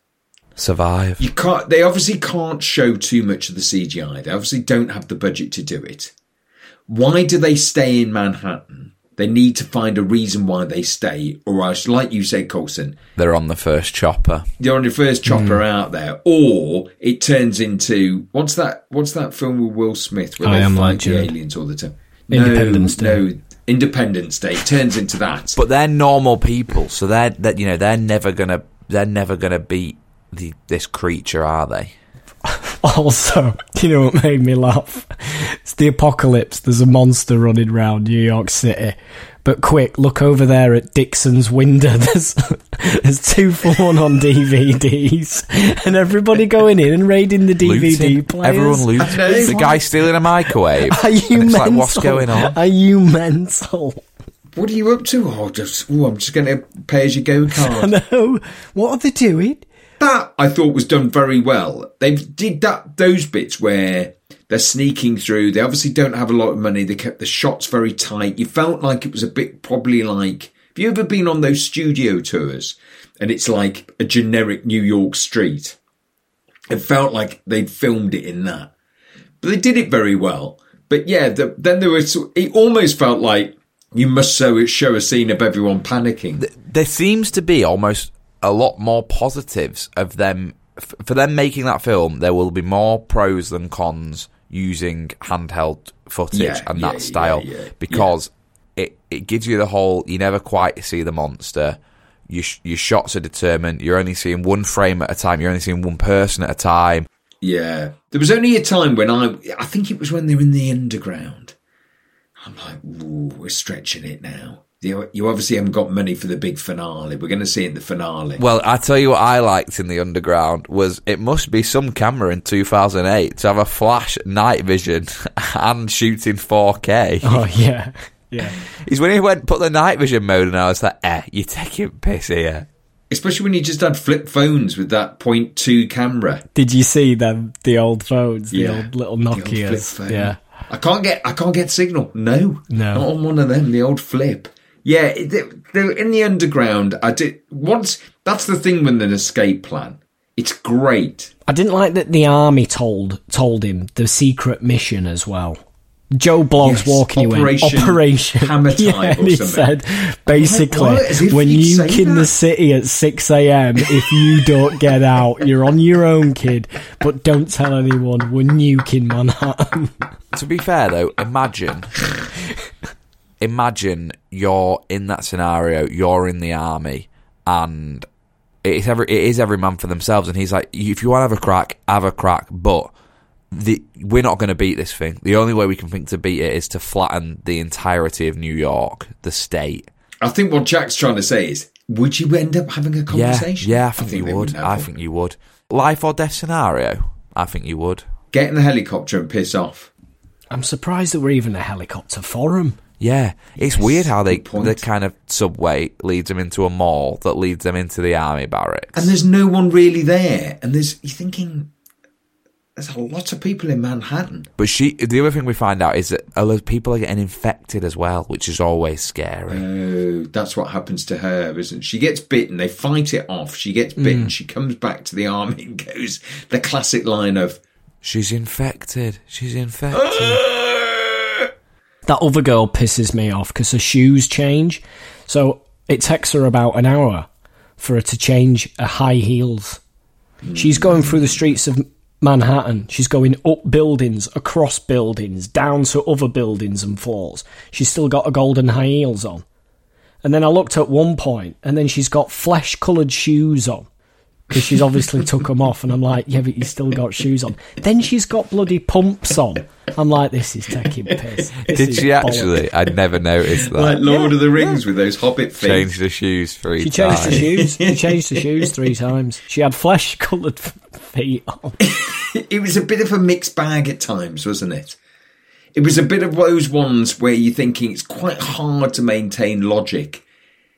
C: Survive.
E: you can't they obviously can't show too much of the CGI. They obviously don't have the budget to do it. Why do they stay in Manhattan? They need to find a reason why they stay, or else, like you say, Colson,
C: They're on the first chopper.
E: they're on the first
D: Hmm.
E: chopper out there, or it turns into what's that? What's that film with Will Smith where
D: I
E: they
D: Am
E: fight the
D: Legend.
E: aliens all the time?
D: Independence
E: no,
D: Day.
E: No, Independence Day turns into that.
C: But they're normal people, so they're that you know they're never gonna they're never gonna beat the this creature, are they?
D: Also, you know what made me laugh? It's the apocalypse. There's a monster running round New York City. But quick, look over there at Dixon's window. There's, there's two for one on DVDs. And everybody going in and raiding the DVD players.
C: Everyone looting.
E: I know.
C: The guy stealing a microwave.
D: Are you
C: and it's
D: mental?
C: like what's going on?
D: Are you mental?
E: what are you up to? Oh, just, oh I'm just going to pay as you go card.
D: No. What are they doing?
E: that I thought was done very well. They did that those bits where they're sneaking through. They obviously don't have a lot of money. They kept the shots very tight. You felt like it was a bit probably like. Have you ever been on those studio tours and it's like a generic New York street? It felt like they filmed it in that, but they did it very well. But yeah, the, then there was. It almost felt like you must show, show a scene of everyone panicking.
C: There seems to be almost a lot more positives of them f- for them making that film. There will be more pros than cons using handheld footage
E: Yeah,
C: and
E: yeah,
C: that style
E: yeah, yeah,
C: because it it gives you the whole. You never quite see the monster. Your, sh- your shots are determined. You're only seeing one frame at a time. You're only seeing one person at a time.
E: Yeah. There was only a time when I, I think it was when they were in the underground. I'm like, ooh, we're stretching it now. You, you obviously haven't got money for the big finale. We're going to see it in the finale.
C: Well, I tell you what I liked in the underground was it must be some camera in 2008 to have a flash night vision and shooting 4K.
D: Oh, yeah. Yeah.
C: Is when he went put the night vision mode and I was like, eh, you're taking piss here.
E: Especially when you just had flip phones with that point two camera.
D: Did you see them? The old phones, the
E: Yeah.
D: old little
E: The old
D: Nokias.
E: flip phone.
D: yeah.
E: I can't get I can't get signal. No.
D: No.
E: Not on one of them, the old flip. Yeah, it- they, they're in the underground. I did once that's the thing with an escape plan. It's great.
D: I didn't like that the army told told him the secret mission as well. Joe Blogs
E: Yes,
D: walking you in
E: Operation
D: Operation
E: Hammer Time
D: yeah,
E: or
D: and he
E: something.
D: said basically
E: What? As if
D: when
E: he'd
D: you
E: say
D: in the
E: that.
D: city at six a.m. if you don't get out, you're on your own, kid. But don't tell anyone. We're nuking Manhattan.
C: To be fair though, imagine imagine you're in that scenario, you're in the army and it's every it is every man for themselves and he's like if you want to have a crack, have a crack, but the, we're not going to beat this thing. The only way we can think to beat it is to flatten the entirety of New York, the state.
E: I think what Jack's trying to say is, would you end up having a conversation?
C: Yeah, yeah, I think,
E: they
C: you would.
E: have
C: I
E: one.
C: think you would. Life or death scenario. I think you would.
E: Get in the helicopter and piss off.
D: I'm surprised there were even a helicopter for him.
C: Yeah, it's weird how they
E: good point.
C: the kind of subway leads them into a mall that leads them into the army barracks.
E: And there's no one really there. And there's you're thinking, there's a lot of people in Manhattan.
C: but she, the other thing we find out is that a lot of people are getting infected as well, which is always scary.
E: Oh, that's what happens to her, isn't it? She gets bitten. They fight it off. She gets
C: Mm.
E: bitten. She comes back to the army and goes the classic line of,
C: She's infected. She's infected.
E: "Ah!"
D: That other girl pisses me off because her shoes change. So it takes her about an hour for her to change her high heels. She's going through the streets of Manhattan. She's going up buildings, across buildings, down to other buildings and floors. She's still got her golden high heels on. And then I looked at one point, and then she's got flesh coloured shoes on because she's obviously took them off. And I'm like, yeah, but you still got shoes on. Then she's got bloody pumps on. I'm like, this is taking piss. This
C: Did
D: is
C: she
D: bollocks.
C: actually? I'd never noticed that.
E: Like Lord of the Rings with those hobbit feet.
C: Changed the shoes three
D: She changed
C: times.
D: the shoes. She changed the shoes three times. She had flesh coloured feet on.
E: It was a bit of a mixed bag at times, wasn't it? It was a bit of those ones where you're thinking it's quite hard to maintain logic.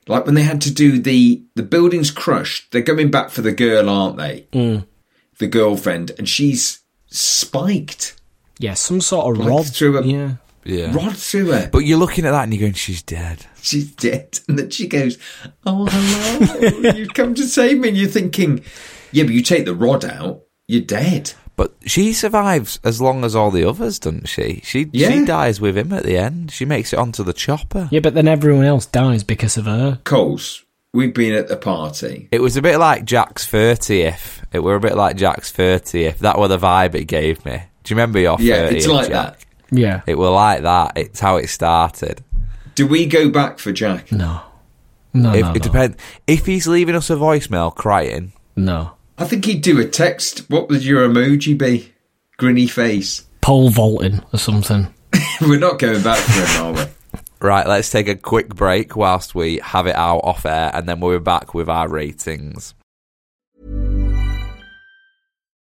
E: Like when they had to do the the building's crushed, they're going back for the girl, aren't they?
C: Hmm.
E: The girlfriend, and she's spiked
D: Yeah, some sort of
E: Like
D: rod.
E: through a-
D: yeah.
C: Yeah.
E: rod through her.
C: But you're looking at that and you're going, she's dead.
E: she's dead. And then she goes, Oh, hello, you've come to save me. And you're thinking, Yeah, but you take the rod out, you're dead.
C: But she survives as long as all the others, doesn't she? She she
E: Yeah.
C: dies with him at the end. She makes it onto the chopper.
D: Yeah, but then everyone else dies because of her.
E: Coles, we've been at the party.
C: It was a bit like Jack's thirtieth. It were a bit like Jack's thirtieth. That were the vibe it gave me. Do you remember your
E: Yeah,
C: 30th,
E: it's like
C: Jack?
D: Yeah.
C: It were like that. It's how it started.
E: that. Do we go back for Jack?
D: No. No,
C: if,
D: no,
C: it
D: no.
C: depends. If he's leaving us a voicemail crying,
D: no.
E: I think he'd do a text. What would your emoji be? Grinny face.
D: Pole vaulting or something.
E: We're not going back for him, are we?
C: right? Let's take a quick break whilst we have it out off air, and then we'll be back with our ratings.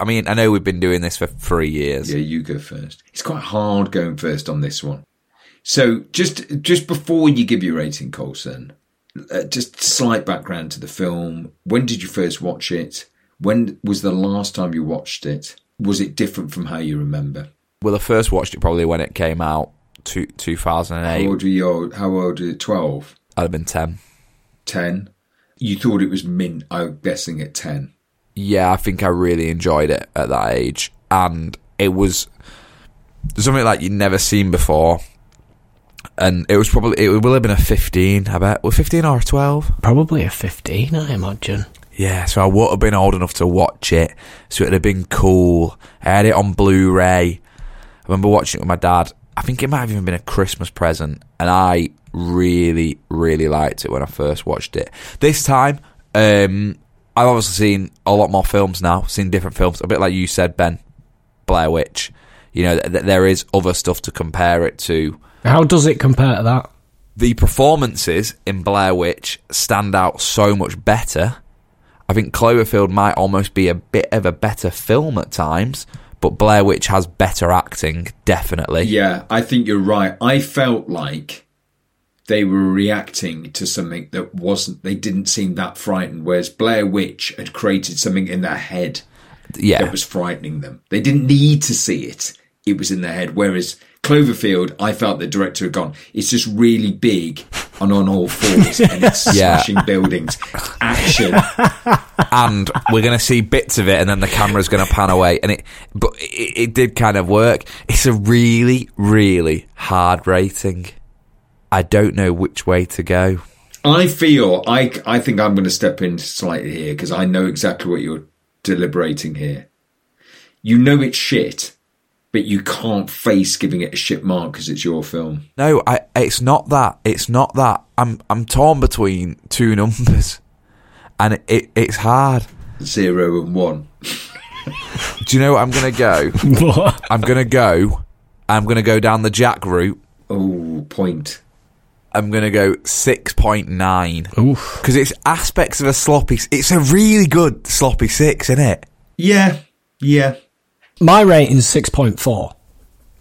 C: I mean, I know we've been doing this for three years.
E: Yeah, you go first. It's quite hard going first on this one. So just just before you give your rating, Colson, uh, just slight background to the film. When did you first watch it? When was the last time you watched it? Was it different from how you remember?
C: Well, I first watched it probably when it came out, two,
E: How
C: 2008.
E: old were you? How old were you? 12?
C: I'd have been 10.
E: 10? You thought it was mint, I'm guessing, at 10.
C: Yeah, I think I really enjoyed it at that age. And it was something like you'd never seen before. And it was probably, it will have been a 15, I bet. Well, 15 or a 12?
D: Probably a 15, I imagine.
C: Yeah, so I would have been old enough to watch it. So it'd have been cool. I had it on Blu ray. I remember watching it with my dad. I think it might have even been a Christmas present, and I really, really liked it when I first watched it. This time, um, I've obviously seen a lot more films now, seen different films, a bit like you said, Ben, Blair Witch. You know, th- th- there is other stuff to compare it to.
D: How does it compare to that?
C: The performances in Blair Witch stand out so much better. I think Cloverfield might almost be a bit of a better film at times, but Blair Witch has better acting, definitely.
E: Yeah, I think you're right. I felt like they were reacting to something that wasn't, they didn't seem that frightened, whereas Blair Witch had created something in their head
C: yeah.
E: that was frightening them. They didn't need to see it, it was in their head. Whereas Cloverfield, I felt the director had gone, it's just really big. and on all fours and it's
C: Yeah.
E: smashing buildings. It's action.
C: and we're going to see bits of it, and then the camera's going to pan away. And it, but it, it did kind of work. It's a really, really hard rating. I don't know which way to go.
E: I feel I I think I'm going to step in slightly here because I know exactly what you're deliberating here. You know it's shit, but you can't face giving it a shit mark because it's your film.
C: No, I, it's not that. It's not that. I'm, I'm torn between two numbers, and it, it it's hard.
E: Zero and one.
C: Do you know what I'm going to go?
D: What?
C: I'm going to go. I'm going to go down the Jack route.
E: Oh, point.
C: I'm going to go 6.9.
D: Oof.
C: Because it's aspects of a sloppy. s- It's a really good sloppy six, isn't it?
E: Yeah, yeah.
D: My rating's six point four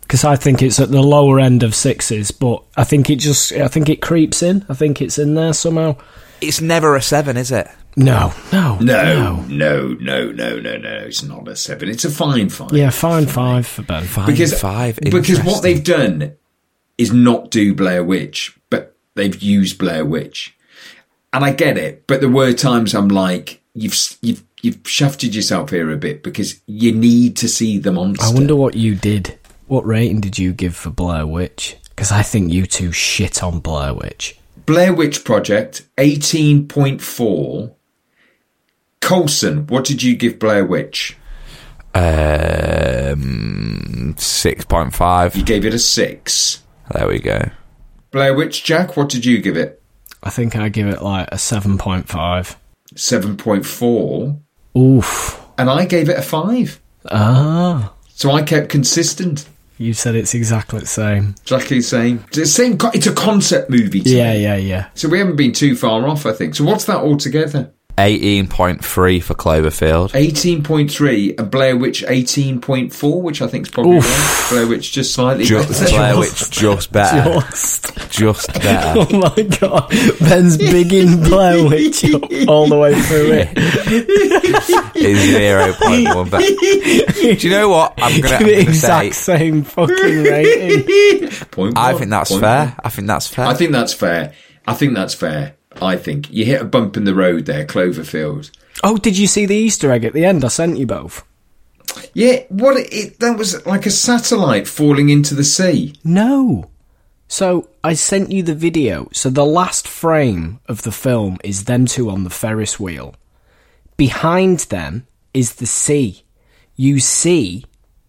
D: because I think it's at the lower end of sixes, but I think it just I think it creeps in. I think it's in there somehow.
C: It's never a seven, is it?
D: No, no,
E: No, no, no, no, no, no. It's not a seven. It's a fine five.
D: Yeah, fine five for Ben.
C: Fine five.
E: Because what
C: interesting.
E: they've done is not do Blair Witch, but they've used Blair Witch, and I get it. But there were times I'm like, you've you've you've shafted yourself here a bit because you need to see the monster.
D: I wonder what you did. What rating did you give for Blair Witch? Because I think you two shit on Blair Witch.
E: Blair Witch Project eighteen point four. Colson, what did you give Blair Witch?
C: Um, six point five.
E: You gave it a six.
C: There we go.
E: Blair Witch Jack, what did you give it?
D: I think I give it like a seven point five.
E: Seven point four,
D: Oof.
E: and I gave it a five.
D: Ah,
E: So I kept consistent.
D: you said it's exactly the same.
E: Exactly the same. It's the same. co- It's a concept movie. To
D: Yeah,
E: me.
D: yeah, yeah.
E: So we haven't been too far off, I think. So what's that altogether?
C: Eighteen point three for Cloverfield.
E: Eighteen point three and Blair Witch eighteen point four, which I think is probably right. Blair Witch just slightly.
C: Just
E: better.
C: Blair Witch, just better,
D: Just-
C: just better.
D: Oh my god, Ben's bigging Blair Witch up all the way through it.
C: Is zero point one better. Do you know what? I'm gonna, I'm
D: Give it
C: gonna
D: exact
C: say.
D: same fucking rating.
E: Point
C: I
E: one,
C: think that's
E: point
C: fair.
E: one.
C: I think that's fair.
E: I think that's fair. I think that's fair. I think you hit a bump in the road there, Cloverfield.
D: Oh, did you see the Easter egg at the end? I sent you both.
E: Yeah, what it that was like a satellite falling into the sea.
D: No. So I sent you the video. So the last frame of the film is them two on the Ferris wheel. Behind them is the sea. You see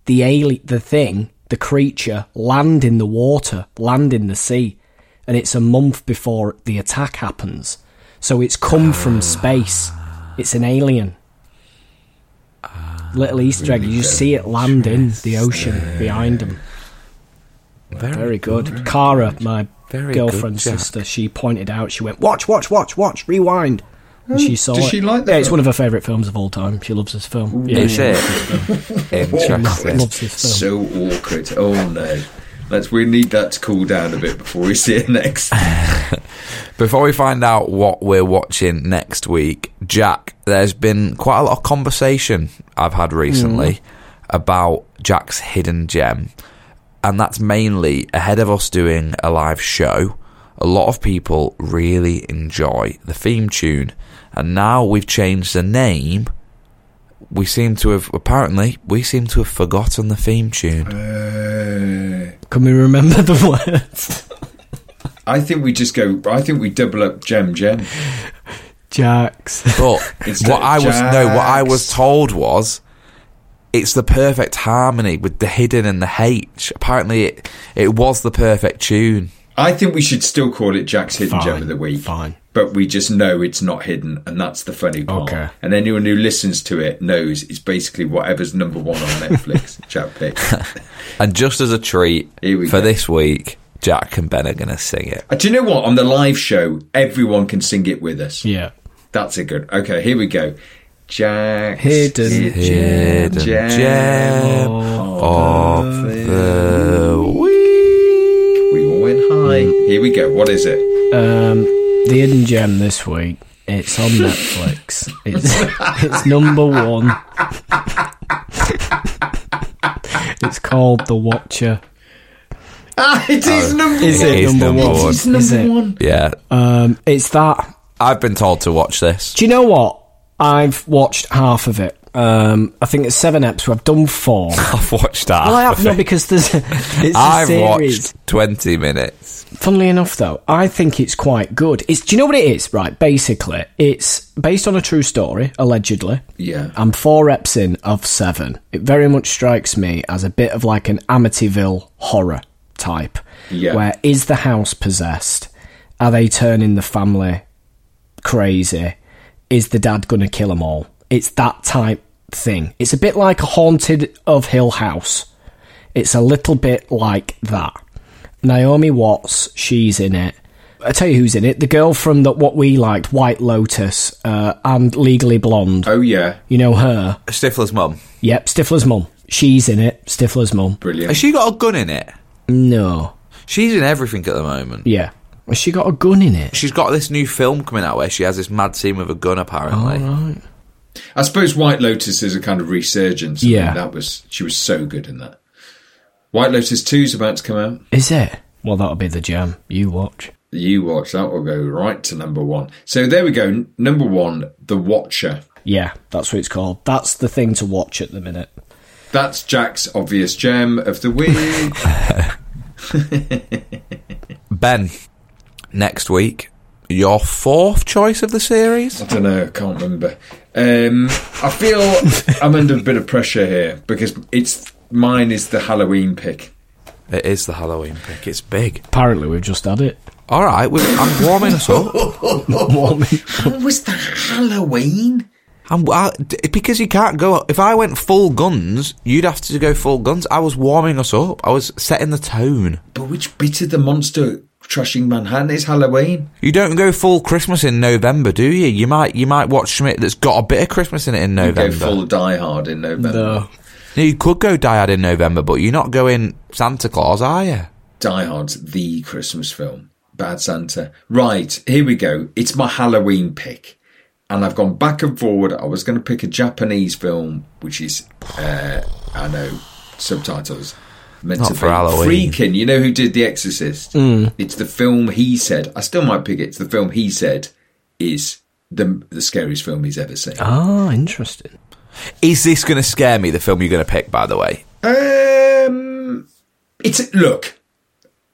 D: the alien, the thing, the creature land in the water, land in the sea, and it's a month before the attack happens. So it's come from space. It's an alien. Little Easter egg. You just see it land in the ocean behind them. Very good. Cara, my
C: Very
D: girlfriend's
C: good, Jack.
D: sister, she pointed out, she went, Watch, watch, watch, watch, rewind. And she saw
E: does
D: it.
E: she like that
D: Yeah, it's
E: film?
D: one of her favourite films of all time. She loves this film. Yeah,
C: Is
D: yeah.
C: it?
D: Loves,
C: Interesting.
D: loves this film.
E: So awkward. Oh no. Let's. We need that to cool down a bit before we see it next.
C: Before we find out what we're watching next week, Jack, there's been quite a lot of conversation I've had recently about Jack's hidden gem. And that's mainly ahead of us doing a live show. A lot of people really enjoy the theme tune. And now we've changed the name. We seem to have, apparently, we seem to have forgotten the theme tune.
E: Uh,
D: Can we remember the words?
E: I think we just go. I think we double up Gem Gem.
D: Jacks.
C: But
E: It's
C: what
E: the
C: I was no, what I
E: Jax.
C: was told was it's the perfect harmony with the hidden and the H. Apparently, it it was the perfect tune.
E: I think we should still call it Jack's Hidden Gem of the Week.
D: Fine.
E: But we just know it's not hidden, and that's the funny part.
D: Okay.
E: And anyone who listens to it knows it's basically whatever's number one on Netflix. Uh, Jack picks.
C: And just as a treat
E: Here we
C: for
E: go.
C: this week, Jack and Ben are going to sing it.
E: Uh, Do you know what? On the live show, everyone can sing it with us.
D: Yeah.
E: That's a good. Okay, here we go. Jack's
D: Hidden
C: Hidden
E: Gem.
C: gem
D: Um,
E: Oh,
C: of the week.
E: We all went high. Here we go. What is it?
D: Um, the hidden gem this week. It's on Netflix. It's it's number one. it's called The Watcher.
E: Ah, it is number
D: Is
E: one.
D: Oh. it
C: It is
D: number,
C: number
D: one?
E: It
C: one.
E: is number
D: Is it?
E: one.
C: Yeah,
D: Um, it's that.
C: I've been told to watch this.
D: Do you know what? I've watched half of it. Um, I think it's seven eps. I've done four.
C: I've watched that.
D: well, I have no because there's. It's a
C: I've
D: series.
C: watched 20 minutes.
D: Funnily enough, though, I think it's quite good. It's do you know what it is? Right, basically, it's based on a true story, allegedly.
E: Yeah.
D: I'm four reps in of seven. It very much strikes me as a bit of like an Amityville horror type.
E: Yeah.
D: Where is the house possessed? Are they turning the family crazy? Is the dad gonna kill them all? It's that type thing. It's a bit like a haunted of Hill House. It's a little bit like that. Naomi Watts, she's in it. I tell you who's in it: the girl from the, what we liked, White Lotus, uh, and Legally Blonde.
E: Oh yeah,
D: You know her?
C: Stifler's mum.
D: Yep, Stifler's mum. She's in it. Stifler's mum.
E: brilliant.
C: Has she got a gun in it?
D: No.
C: She's in everything at the moment.
D: Yeah. Has she got a gun in it?
C: She's got this new film coming out where she has this mad scene with a gun, apparently.
D: Oh,
E: I suppose White Lotus is a kind of resurgence. I mean,
D: Yeah.
E: that was she was so good in that. White Lotus Two's about to come out.
D: Is it? Well, that'll be the jam. You watch.
E: You watch that will go right to number one. So there we go. N- Number one, The Watcher.
D: Yeah, that's what it's called. That's the thing to watch at the minute.
E: That's Jack's obvious gem of the week.
C: Ben, next week, your fourth choice of the series?
E: I don't know. I can't remember. Um, I feel I'm under a bit of pressure here because it's mine is the Halloween pick.
C: It is the Halloween pick. It's big.
D: Apparently, we've just had it.
C: All right, we- I'm warming us up.
E: How was that Halloween?
C: I'm, I, d- because you can't go. If I went full guns, you'd have to go full guns. I was warming us up. I was setting the tone.
E: But which bit of the monster trashing Manhattan is Halloween?
C: You don't go full Christmas in November, do you? You might you might watch something that's got a bit of Christmas in it in
E: You
C: November.
E: go full Die Hard in November.
D: No.
C: You could go Dyad in November, but you're not going Santa Claus, are you?
E: Die Hard's the Christmas film. Bad Santa. Right, here we go. It's my Halloween pick. And I've gone back and forward. I was going to pick a Japanese film, which is, uh, I know, subtitles. Meant
C: Not
E: to
C: for
E: be.
C: Halloween. Hmm.
E: Freakin', you know who did The Exorcist? It's the film he said. I still might pick it. It's the film he said is the, the scariest film he's ever seen.
D: Ah, interesting.
C: Is this going to scare me? The film you're going to pick, by the way.
E: Um, it's look,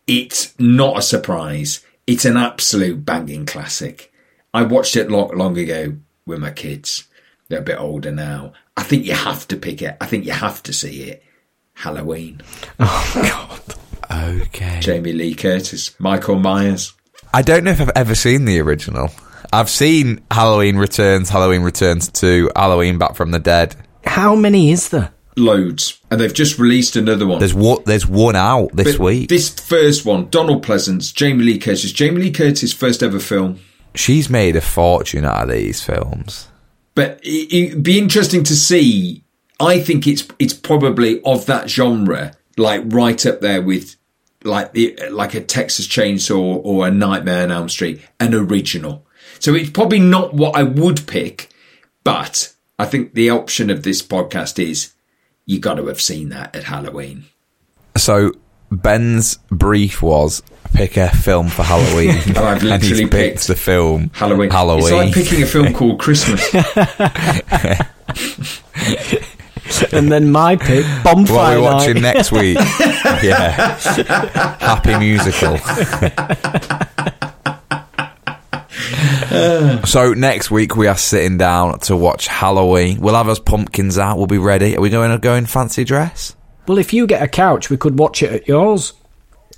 E: it's not a surprise. It's an absolute banging classic. I watched it long, long ago with my kids. They're a bit older now. I think you have to pick it. I think you have to see it. Halloween.
C: Okay.
E: Jamie Lee Curtis, Michael Myers.
C: I don't know if I've ever seen the original. I've seen Halloween Returns, Halloween Returns 2, Halloween Back from the Dead.
D: How many is there?
E: Loads. And they've just released another one.
C: There's one, there's one out this
E: But
C: week.
E: This first one, Donald Pleasance, Jamie Lee Curtis. Jamie Lee Curtis' first ever film.
C: She's made a fortune out of these films.
E: but it, it'd be interesting to see. I think it's it's probably of that genre, like right up there with like the like a Texas Chainsaw or a Nightmare on Elm Street, an original. So it's probably not what I would pick, but I think the option of this podcast is you got to have seen that at Halloween.
C: So Ben's brief was pick a film for Halloween.
E: And Oh, I've
C: and he's
E: literally
C: picked,
E: picked
C: the film
E: Halloween.
C: Halloween.
E: It's like picking a film called Christmas.
D: And then my pick,
C: what
D: Bonfire
C: we're
D: Night.
C: watching next week. yeah. Happy musical. so next week we are sitting down to watch Halloween. We'll have us pumpkins out. We'll be ready. Are we going to go in fancy dress?
D: Well, if you get a couch, we could watch it at yours.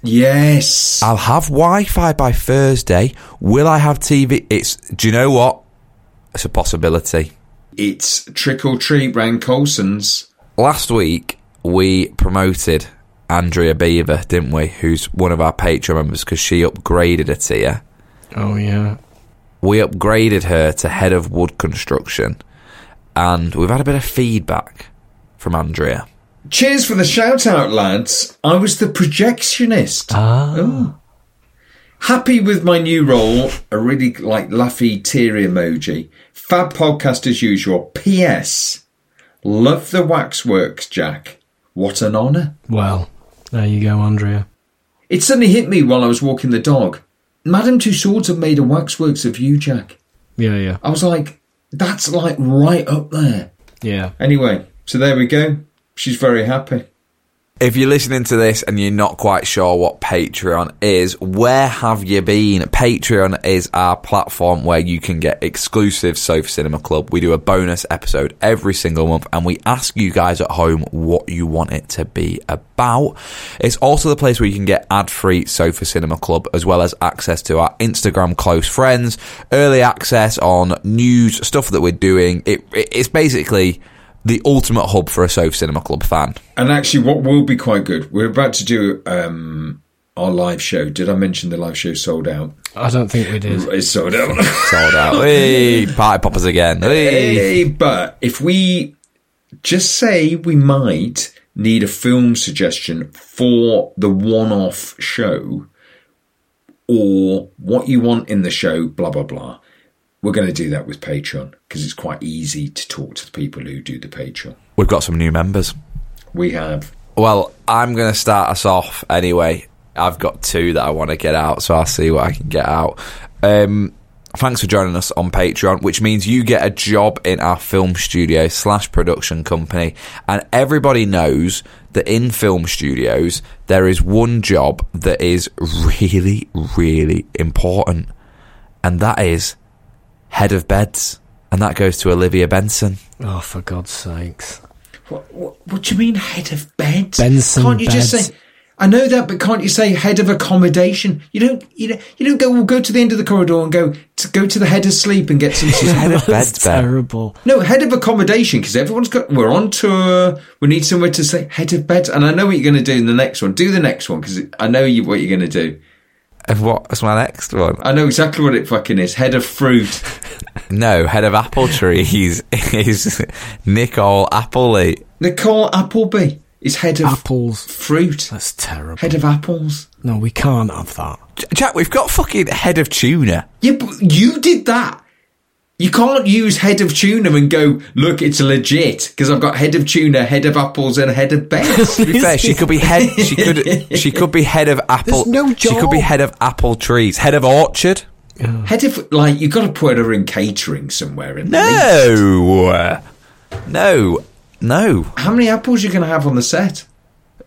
E: yes.
C: I'll have Wi-Fi by Thursday. Will I have TV? It's. Do you know what? It's a possibility.
E: It's Trick or Treat, Rand Colson's.
C: Last week we promoted Andrea Beaver, didn't we? Who's one of our Patreon members because she upgraded a tier.
D: Oh yeah.
C: we upgraded her to head of wood construction, and we've had a bit of feedback from Andrea.
E: Cheers for the shout out, lads. I was the projectionist. Ah. Happy with my new role. A really like laughy tear emoji. Fab podcast as usual. P.S. Love the waxworks, Jack. What an honour.
D: Well, there you go, Andrea.
E: It suddenly hit me while I was walking the dog. Madame Tussauds have made a waxworks of you, Jack.
D: Yeah, yeah,
E: I was like, that's like right up there.
D: yeah.
E: Anyway, so there we go. She's very happy.
C: If you're listening to this and you're not quite sure what Patreon is, where have you been? Patreon is our platform where you can get exclusive Sofa Cinema Club. We do a bonus episode every single month and we ask you guys at home what you want it to be about. It's also the place where you can get ad free Sofa Cinema Club as well as access to our Instagram close friends, early access on news, stuff that we're doing. It, it, it's basically the ultimate hub for a Sofa Cinema Club fan.
E: And actually, what will be quite good, we're about to do um, our live show. Did I mention the live show sold out?
D: I don't think we did.
E: It's sold out.
C: sold out. Hey, party poppers again. Hey.
E: Hey, but if we just say we might need a film suggestion for the one off show or what you want in the show, blah, blah, blah, we're going to do that with Patreon because it's quite easy to talk to the people who do the Patreon.
C: We've got some new members.
E: We have.
C: Well, I'm going to start us off anyway. I've got two that I want to get out, so I'll see what I can get out. Um, thanks for joining us on Patreon, which means you get a job in our film studio slash production company. And everybody knows that in film studios, there is one job that is really, really important, and that is head of beds. And that goes to Olivia Benson.
D: Oh, for God's sakes!
E: What, what, what do you mean, head of bed?
D: Benson
E: Can't you just
D: beds.
E: say? I know that, but can't you say head of accommodation? You don't. You don't, you don't go. Well, go to the end of the corridor and go to go to the head of sleep and get some.
C: Head of
D: That's
C: beds, Ben.
D: terrible.
E: No, head of accommodation because everyone's got. We're on tour. We need somewhere to say head of bed. And I know what you're going to do in the next one. Do the next one because I know you what you're going to do.
C: And what's my next one?
E: I know exactly what it fucking is. Head of fruit.
C: No, head of apple trees is Nicole Appley.
E: Nicole Appleby is head of
D: Apples.
E: fruit.
D: That's terrible.
E: Head of apples.
D: no, we can't have that.
C: J- Jack, we've got fucking head of tuna.
E: Yeah, but you did that. You can't use head of tuna and go, look, it's legit because I've got head of tuna, head of apples, and head of beds.
C: To be fair, she could be head. She could. She could be head of apple.
D: There's no
C: She could be
D: job.
C: head of apple trees. Head of orchard.
E: head of like you've got to put her in catering somewhere. In least.
C: No, no, no.
E: how many apples you going to have on the set?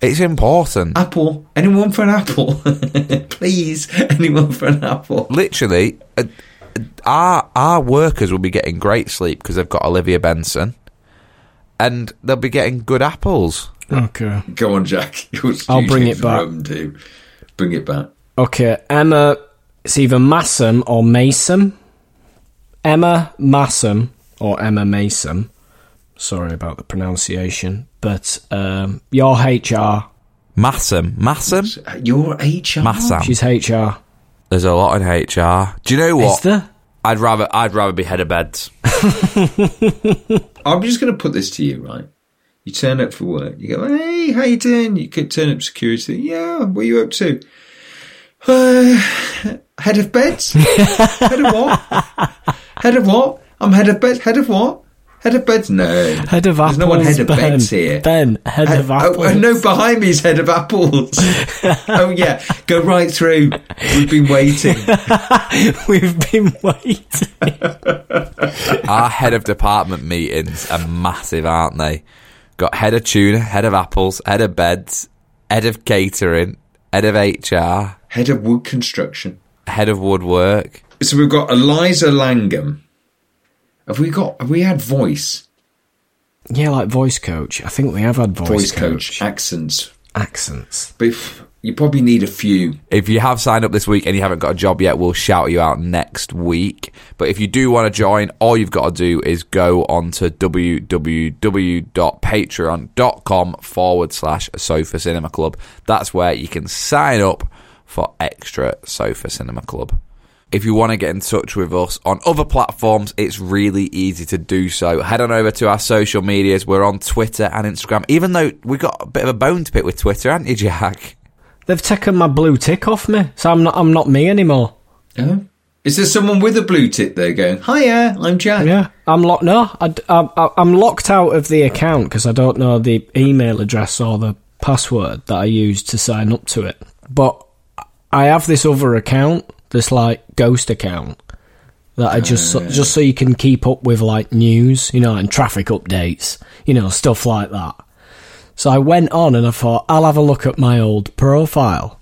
C: It's important.
E: Apple. Anyone for an apple? Please, anyone for an apple?
C: Literally, uh, our our workers will be getting great sleep because they've got Olivia Benson, and they'll be getting good apples.
D: Okay.
E: Go on, Jack. You're
D: I'll bring it
E: usually
D: back.
E: from to bring it back.
D: Okay, Emma. It's either Massam or Mason. Emma Massam or Emma Mason. Sorry about the pronunciation, but um, your HR.
C: Massam, Massam,
E: Your HR.
D: Oh,
C: Massam.
D: She's HR.
C: There's a lot in HR. Do you know what?
D: Is there?
C: I'd rather I'd rather be head of beds.
E: I'm just going to put this to you, right? You turn up for work. You go, hey, how you doing? You could turn up security. Yeah, what are you up to? Uh, head of beds. head of what? Head of what? I'm head of beds. Head of what? Head of beds. No.
D: Head of
E: There's
D: apples.
E: no one head of
D: ben.
E: beds here.
D: Ben, head of
E: Oh,
D: apples.
E: oh, no, behind me is head of apples. oh yeah, go right through. We've been waiting.
D: We've been waiting.
C: Our head of department meetings are massive, aren't they? Got head of tuna, head of apples, head of beds, head of catering, head of HR,
E: Head of wood construction.
C: head of woodwork.
E: So we've got Eliza Langham. Have we got? Have we had voice?
D: Yeah, like voice coach. I think we have had voice,
E: Voice coach.
D: coach.
E: Accents.
D: Accents.
E: But if- you probably need a few.
C: If you have signed up this week and you haven't got a job yet, we'll shout you out next week. But if you do want to join, all you've got to do is go on to www.patreon.com forward slash Sofa Cinema Club. That's where you can sign up for extra Sofa Cinema Club. If you want to get in touch with us on other platforms, it's really easy to do so. Head on over to our social medias. We're on Twitter and Instagram, even though we got a bit of a bone to pick with Twitter, haven't you, Jack?
D: They've taken my blue tick off me, so I'm not. I'm not me anymore.
E: Oh. Is there someone with a blue tick there going, Hiya, I'm Jack?
D: Yeah, I'm locked. No, I, d- I, I, I'm locked out of the account because I don't know the email address or the password that I used to sign up to it. But I have this other account, this like ghost account that I just so, just so you can keep up with like news, you know, and traffic updates, you know, stuff like that. So I went on and I thought I'll have a look at my old profile.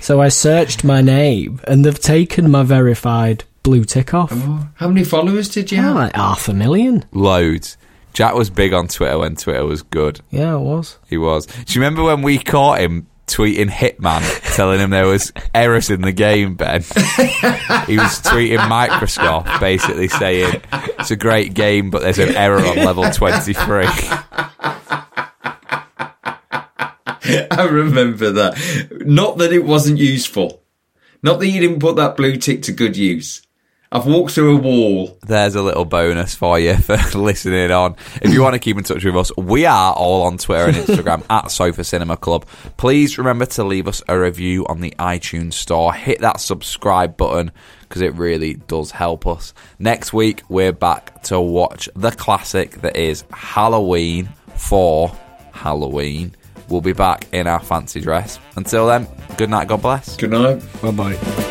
D: so I searched my name and they've taken my verified blue tick off.
E: How many followers did you
D: Yeah,
E: have?
D: like half a million.
C: Loads. Jack was big on Twitter when Twitter was good.
D: Yeah, it was.
C: He was. Do you remember when we caught him tweeting Hitman, telling him there was errors in the game, Ben? he was tweeting Microscope, basically saying, it's a great game, but there's an error on level 23.
E: I remember that. Not that it wasn't useful. Not that you didn't put that blue tick to good use. I've walked through a wall.
C: There's a little bonus for you for listening on. If you want to keep in touch with us, we are all on Twitter and Instagram at Sofa Cinema Club. Please remember to leave us a review on the iTunes Store. Hit that subscribe button because it really does help us. Next week, we're back to watch the classic that is Halloween for Halloween. We'll be back in our fancy dress. Until then, good night, God bless.
E: Good night.
D: Bye bye.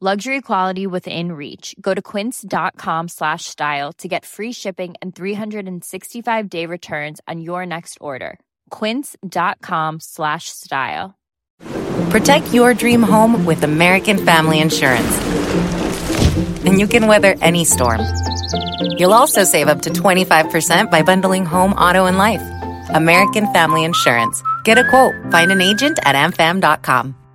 A: Luxury quality within reach. Go to quince.com slash style to get free shipping and 365 day returns on your next order. Quince.com slash style.
F: Protect your dream home with American Family Insurance. And you can weather any storm. You'll also save up to 25% by bundling home, auto, and life. American Family Insurance. Get a quote, find an agent at amfam.com.